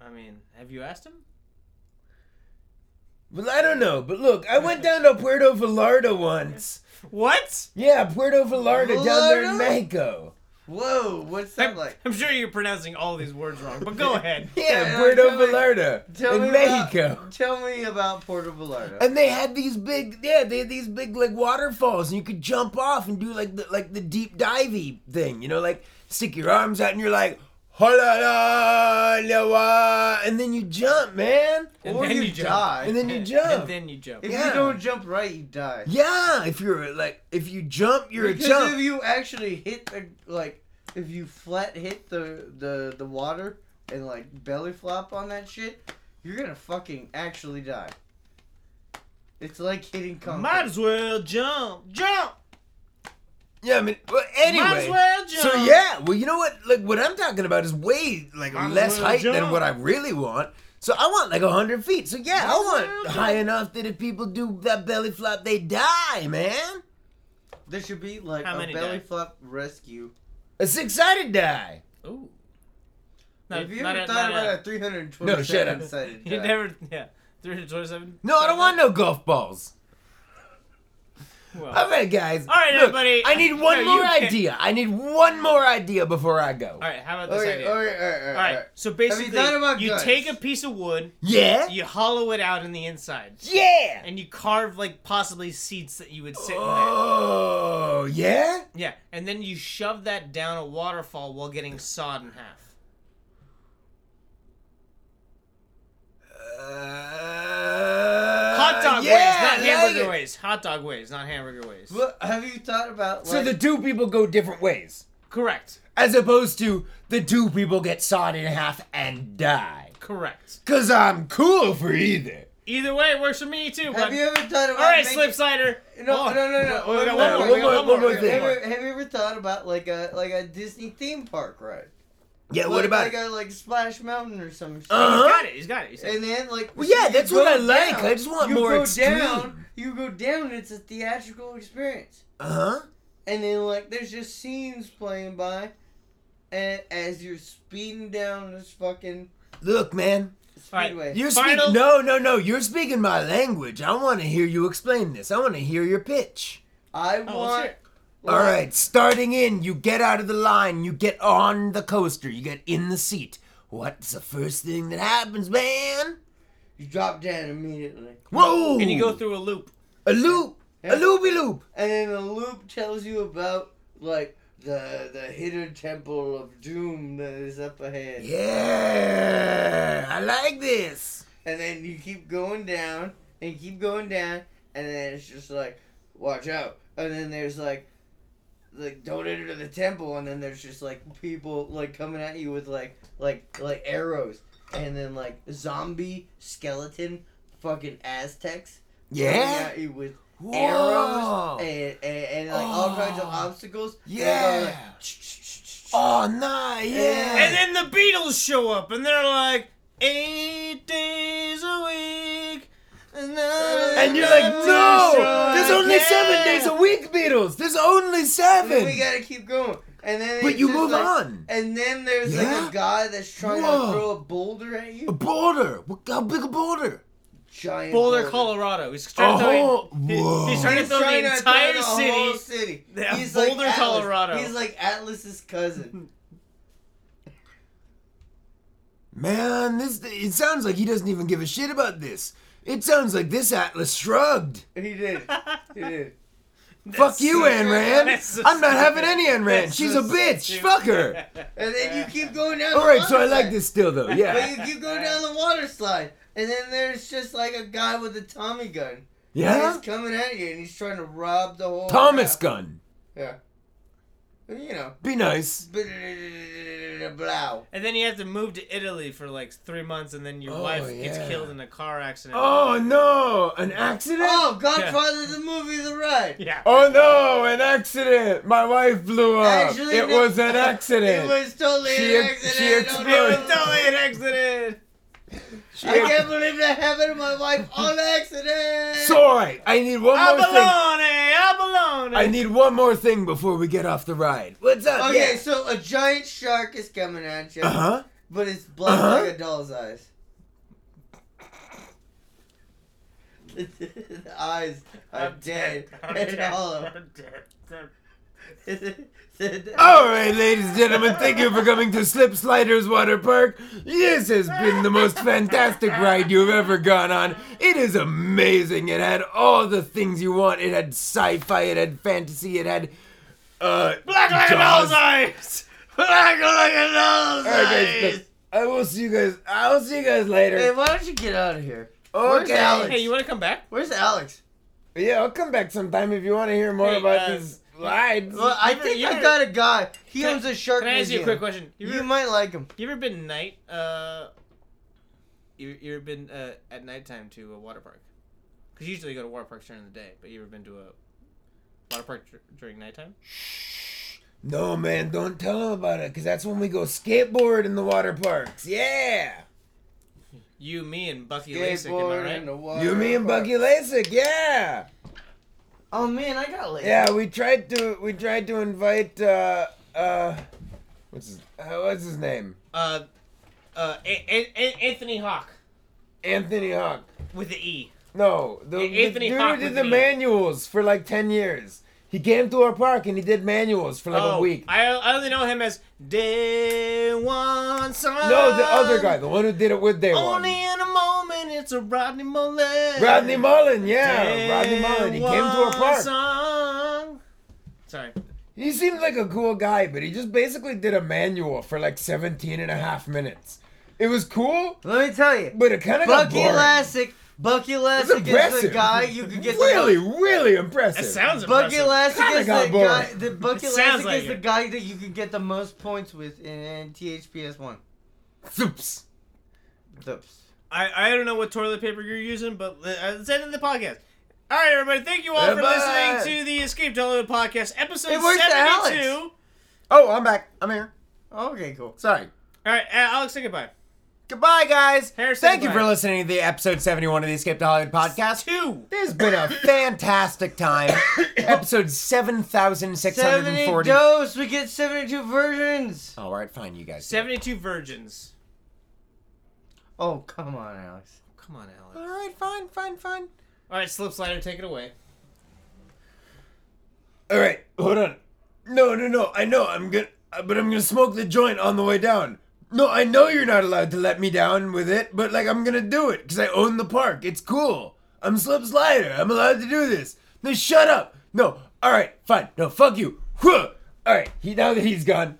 I mean, have you asked him?
Well, I don't know, but look, I went down to Puerto Vallarta once.
What?
Yeah, Puerto Vallarta down there in
Vallarta?
Mexico.
Whoa, what's that
I'm,
like?
I'm sure you're pronouncing all these words wrong, but go ahead.
Yeah,
Yeah,
Puerto
tell me-
Vallarta in
about-
Mexico.
tell me about Puerto Vallarta.
And they had these big, yeah, they had these big like waterfalls, and you could jump off and do like the like the deep divey thing, you know, like stick your arms out and you're like, "Hola, la, la, wa," and then you jump, man,
And
or
then
you,
you jump.
die.
and then you
And
jump.
then you jump.
if
yeah.
you don't jump right, you die.
Yeah, if you're like, if you jump, you're
because
a jump.
if you actually hit the like, if you flat hit the the the water and like belly flop on that shit, you're gonna fucking actually die. It's like hitting concrete.
Might as well jump, jump.
yeah, I mean, well, anyway.
Might as well jump.
So yeah, well, you know what? Like what I'm talking about is way like
Might as
less
well
height than
jump.
what I really want. So I want like hundred feet. So yeah, I
as well
want
jump.
high enough that if people do that belly flop, they die, man.
there should be like
How
a
many
belly
die?
flop rescue.
A six-sided die.
Ooh.
Have you ever thought about a 320
No, shut up.
sided
You
die?
never, yeah. 327?
No, I don't want no golf balls.
Well,
All right, guys.
All right,
Look,
everybody.
I need one
No, you
more
can't-
idea. I need one more idea before I go.
All right, how about this
Okay, okay,
idea?
okay, okay,
All right, so basically,
thought about
you
guns?
take a piece of wood,
Yeah.
you hollow it out in the inside,
Yeah.
and you carve like possibly seats that you would sit in
Oh, yeah.
there. Yeah, and then you shove that down a waterfall while getting sawed in half.
Uh,
Hot dog
yeah,
ways, not
I like
hamburger
it.
ways. Hot dog ways, not hamburger ways.
Well, have you thought about like,
So the two people go different ways.
Correct.
As opposed to the two people get sawed in half and die.
Correct.
Cause I'm cool for either.
Either way, it works for me too.
have
bud.
you ever thought about
All right,
making-
Slipsider.
No, no, no, no.
Oh, we got
no,
one more.
no,
We got one more.
more
we got
thing.
one
Have
more.
you, have you ever thought about like a like a Disney theme park ride?
Yeah,
Like-
what about
like a like Splash Mountain or some shit?
Uh-huh.
He's got it. He's got it. He's got it.
And then like
Well, yeah,
you
that's
go
what I like.
down-
I just want
you
more
go
extreme.
Down, you go down. It's a theatrical experience.
Uh-huh.
And then like there's just scenes playing by, and as you're speeding down this fucking
Look, man.
right,
speedway.
You're
Final-
speaking No, no, no. You're speaking my language. I want to hear you explain this. I want to hear your pitch.
I
Oh, let's
want.
hear it.
All right, starting in, you get out of the line, you get on the coaster, you get in the seat. What's the first thing that happens, man?
You drop down immediately,
Whoa!
And you go through a loop.
a loop,
Yeah.
a loopy loop.
and then the loop tells you about like the the hidden temple of doom that is up ahead.
Yeah, I like this.
and then you keep going down and you keep going down and then it's just like watch out and then there's like like don't enter the temple and then there's just like people like coming at you with like like like arrows and then like zombie skeleton fucking aztecs coming
Yeah.
at you with
Whoa.
arrows and, and, and like all kinds of
Oh.
obstacles And they're like,
Yeah. Oh, nice. Yeah.
And then the Beatles show up, and they're like, eight days a week.
And
And
you're like, no,
Sure,
there's only
yeah.
seven days a week, Beatles. There's only
And then we
seven.
gotta keep going. And then
But
it's
you
just
move
like-
on.
And then there's
Yeah?
like a guy that's trying
Whoa.
to throw a boulder at you.
A boulder. What- How big a boulder?
Giant
Boulder, Colorado. He's trying to
Oh,
throw in-
whoa.
He's trying to
He's
throw
trying
the
to
entire
throw the
city.
whole city.
Yeah,
He's
Boulder,
like Atlas.
Colorado.
He's like Atlas's cousin.
Man, this it sounds like he doesn't even give a shit about this. It sounds like this Atlas shrugged.
He did. He did.
Fuck you,
so-
Ayn Rand.
that's so
I'm not
stupid.
having any Ayn Rand.
That's
She's
so
a bitch.
stupid.
Fuck her.
And then you keep going down.
All
the
right, so I
water
like
slide.
this still though.
But
Yeah.
you keep going down the water slide, and then there's just like a guy with a Tommy gun. And
Yeah.
he's coming at you, and he's trying to rob the whole.
Thomas
crowd.
gun.
Yeah. You know.
Be nice.
Blow.
And then you have to move to Italy for like three months, and then your
Oh,
wife gets
yeah.
killed in a car accident.
Oh no, an accident.
Oh, Godfather the movie, the ride.
Yeah.
Oh no, an accident! My wife blew up.
Actually,
Oh, it
no.
was an accident.
It was totally
She
an
ex-
accident.
she
I don't know.
exploded.
Totally an accident.
I can't believe that happened to my wife on accident.
Soy, I need one more thing.
Abalone, abalone.
I need one more thing before we get off the ride. What's up?
okay, so a giant shark is coming at you,
Uh huh.
but it's black
Uh-huh.
like a doll's eyes. the eyes are dead and hollow.
All right, ladies and gentlemen, thank you for coming to Slip Sliders Water Park. This has been the most fantastic ride you've ever gone on. It is amazing. It had all the things you want. It had sci-fi. It had fantasy. It had uh, black like
eyes. Black like a doll's
All right, guys. look, I will see you guys. I will see you guys
Hey,
later.
why don't you get out of here? Where's
Okay.
Alex?
Hey, you want to come back?
Where's Alex?
Yeah, I'll come back sometime if you want to hear more
Hey,
about
uh,
these rides.
Well, I
You're-
think I
you're-
got a guy. He
Can I-
owns a shark
Can I ask you a
museum.
quick question? You,
You
ever,
might like him.
you ever been night? Uh, you you ever been uh, at nighttime to a water park? Because usually you go to water parks during the day, but you ever been to a water park dur- during nighttime?
No, man, don't tell them about it, because that's when we go skateboard in the water parks. Yeah!
You, me, and Bucky Lasik, am I
Skateboard in
right?
the water.
You, me, and Bucky Lasik, yeah!
Oh man, I got lazy.
Yeah, we tried to, we tried to invite, uh, uh, what's his, uh, what's his name?
Uh, uh, A- A- A- Anthony Hawk
Anthony Hawk.
with the E.
No, the,
A- Anthony
the dude
Hawk
who did
with
the
me.
manuals for like 10 years. He came to our park and he did manuals for like a week.
Oh, I, I only know him as Day One Son.
no, the other guy, the one who did it with Day One.
Only in a moment, it's a Rodney Mullen.
Rodney Mullen, yeah, Rodney Mullen. He came to our park.
Song. Sorry.
He seemed like a cool guy, but he just basically did a manual for like 17 and a half minutes. It was cool,
Let me tell you,
but it kind of got
Bucky
boring.
Lasik. Bucky Lasik is the
impressive.
guy you could get.
really,
The,
really impressive.
That sounds
Bucky
impressive.
Lasik
Kinda
is
got
the
boring.
guy. The Bucky
It sounds
Lasik
like
is the
it.
guy that you can get the most points with in THPS one.
Zoops.
Oops.
I, I don't know what toilet paper you're using, but uh, it's the end of the podcast. All right, everybody. Thank you all
Goodbye.
for listening to the Escape to Hollywood podcast, episode
Hey, where's the
72.
Alex?
Oh, I'm back. I'm here.
Okay, cool.
Sorry.
All right, uh, Alex, say goodbye.
Goodbye, guys.
Harrison,
Thank you
goodbye.
for listening to the episode 71 of the Escape to Hollywood podcast.
Two.
This has been a fantastic time. episode
Seventy
7,640.
dose. We get seventy-two versions.
All right, fine, you guys.
72 virgins.
Oh come on, Alex.
Come on, Alex.
All right, fine, fine, fine.
All right, Slip Slider, take it away.
All right, hold on. No, no, no. I know I'm gonna, uh, but I'm gonna smoke the joint on the way down. No, I know you're not allowed to let me down with it, but like I'm gonna do it because I own the park. It's cool. I'm Slip Slider. I'm allowed to do this. No, shut up. No. All right, fine. No, fuck you. Whew. All right. He now that he's gone.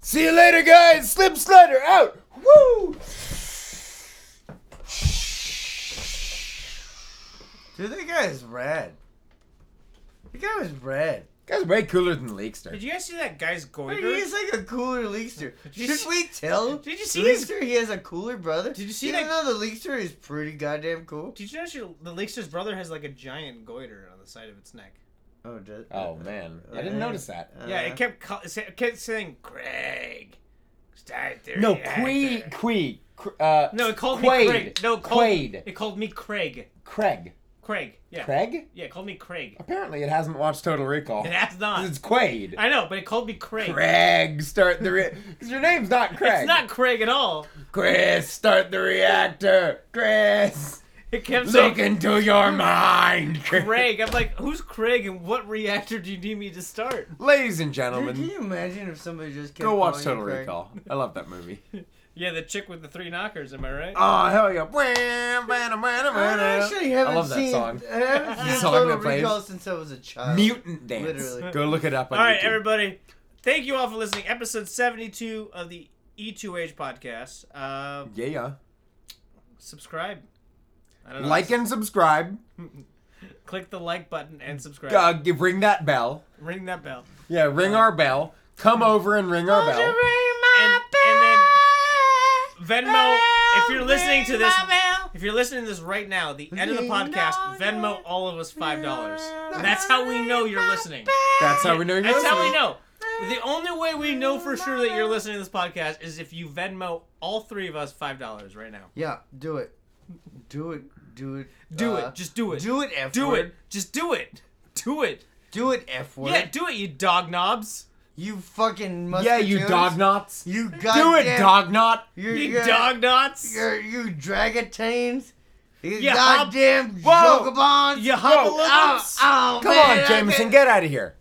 See you later, guys. Slip Slider out. Woo.
Dude, that guy is rad. That guy was rad.
Guys, way cooler than Leakster.
Did you guys see that guy's
Like,
goiter?
he's like a cooler leakster.
you
Should
see-
we tell?
Did you see his-
leakster? He has a cooler brother.
Did you see
Even
that-
though the leakster is pretty goddamn cool.
Did you notice your, the Leakster's brother has like a giant goiter on the side of its neck?
Oh, does,
man, that.
uh,
yeah, it kept call, it sa- it kept saying Craig. Start there.
No,
yeah,
Quee,
there."
Quee. cr- Uh,
No, it called
Quaid.
me Craig. No, it called,
Quaid.
It called me Craig.
Craig.
Craig. Yeah.
Craig?
Yeah, it called me Craig.
Apparently, it hasn't watched Total Recall.
That's not.
It's Quaid.
I know, but it called me Craig.
Craig, start the re- Cause your name's not Craig.
It's not Craig at all.
Chris, start the reactor. Chris,
It kept saying
look into your mind. Chris.
Craig. I'm like, who's Craig and what reactor do you need me to start?
Ladies and
Dude, can
gentlemen,
you imagine if somebody just kept
go watch
calling
Total
you Craig?
Recall. I love that movie.
Yeah, the chick with the three knockers. Am I right?
Oh hell yeah! Wham, bam, bam, bam,
I actually
bam.
haven't
I love that
seen,
song.
I haven't
The
seen
song
Total
that plays.
Recall since I was a child.
Uh, Mutant dance.
Literally.
Go look it up on
All right,
YouTube.
everybody. Thank you all for listening. Episode 72 of the E2H podcast. Uh,
Yeah.
subscribe. I don't know.
Like and subscribe.
Click the like button and subscribe.
Uh, g- ring that bell.
Ring that bell.
Yeah, ring our bell. Come over and ring our bell.
And, and then Venmo. If you're listening to this, if you're listening to this right now, the end of the podcast, Venmo all of us five dollars. That's how we know you're listening.
That's how we know you're
That's how
listening.
we know. The only way we know for sure that you're listening to this podcast is if you Venmo all three of us five dollars right now.
Yeah, do it. Do it. Do it.
Do
uh,
it. Just do it.
Do it. F
Do
word.
it. Just do it. Do it.
Do it. F word.
Yeah, do it, you dog knobs.
You fucking.
Yeah, you
musketoons.
dog knots.
You
Do
goddamn.
it, dog knot.
You're,
You
you're-
dog knots.
You're you dragatanes. You
Yeah, hob-
goddamn
Whoa.
jogabons.
You
Oh,
hobbalums.
oh,
Come
man,
on, Jameson,
I've been,
get out of here.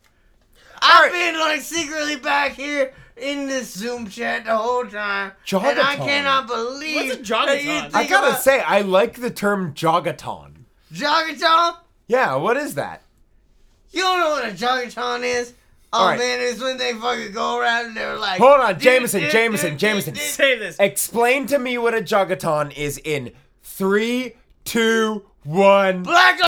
I've been like secretly back here in this Zoom chat the whole time, and I
Jogaton.
cannot believe
What's a jogaton?
that you
I
think
I gotta
about-
say, I like the term jogaton.
jogaton.
Yeah, what is that?
You don't know what a jogaton is. Oh
All right.
man, it's when they fucking go around and they're like,
Hold on,
"Dude,
Jameson,
dude,
Jameson,
dude,
Jameson.
dude, dude."
Say this.
Explain to me what a jogaton is in three, two, one.
Black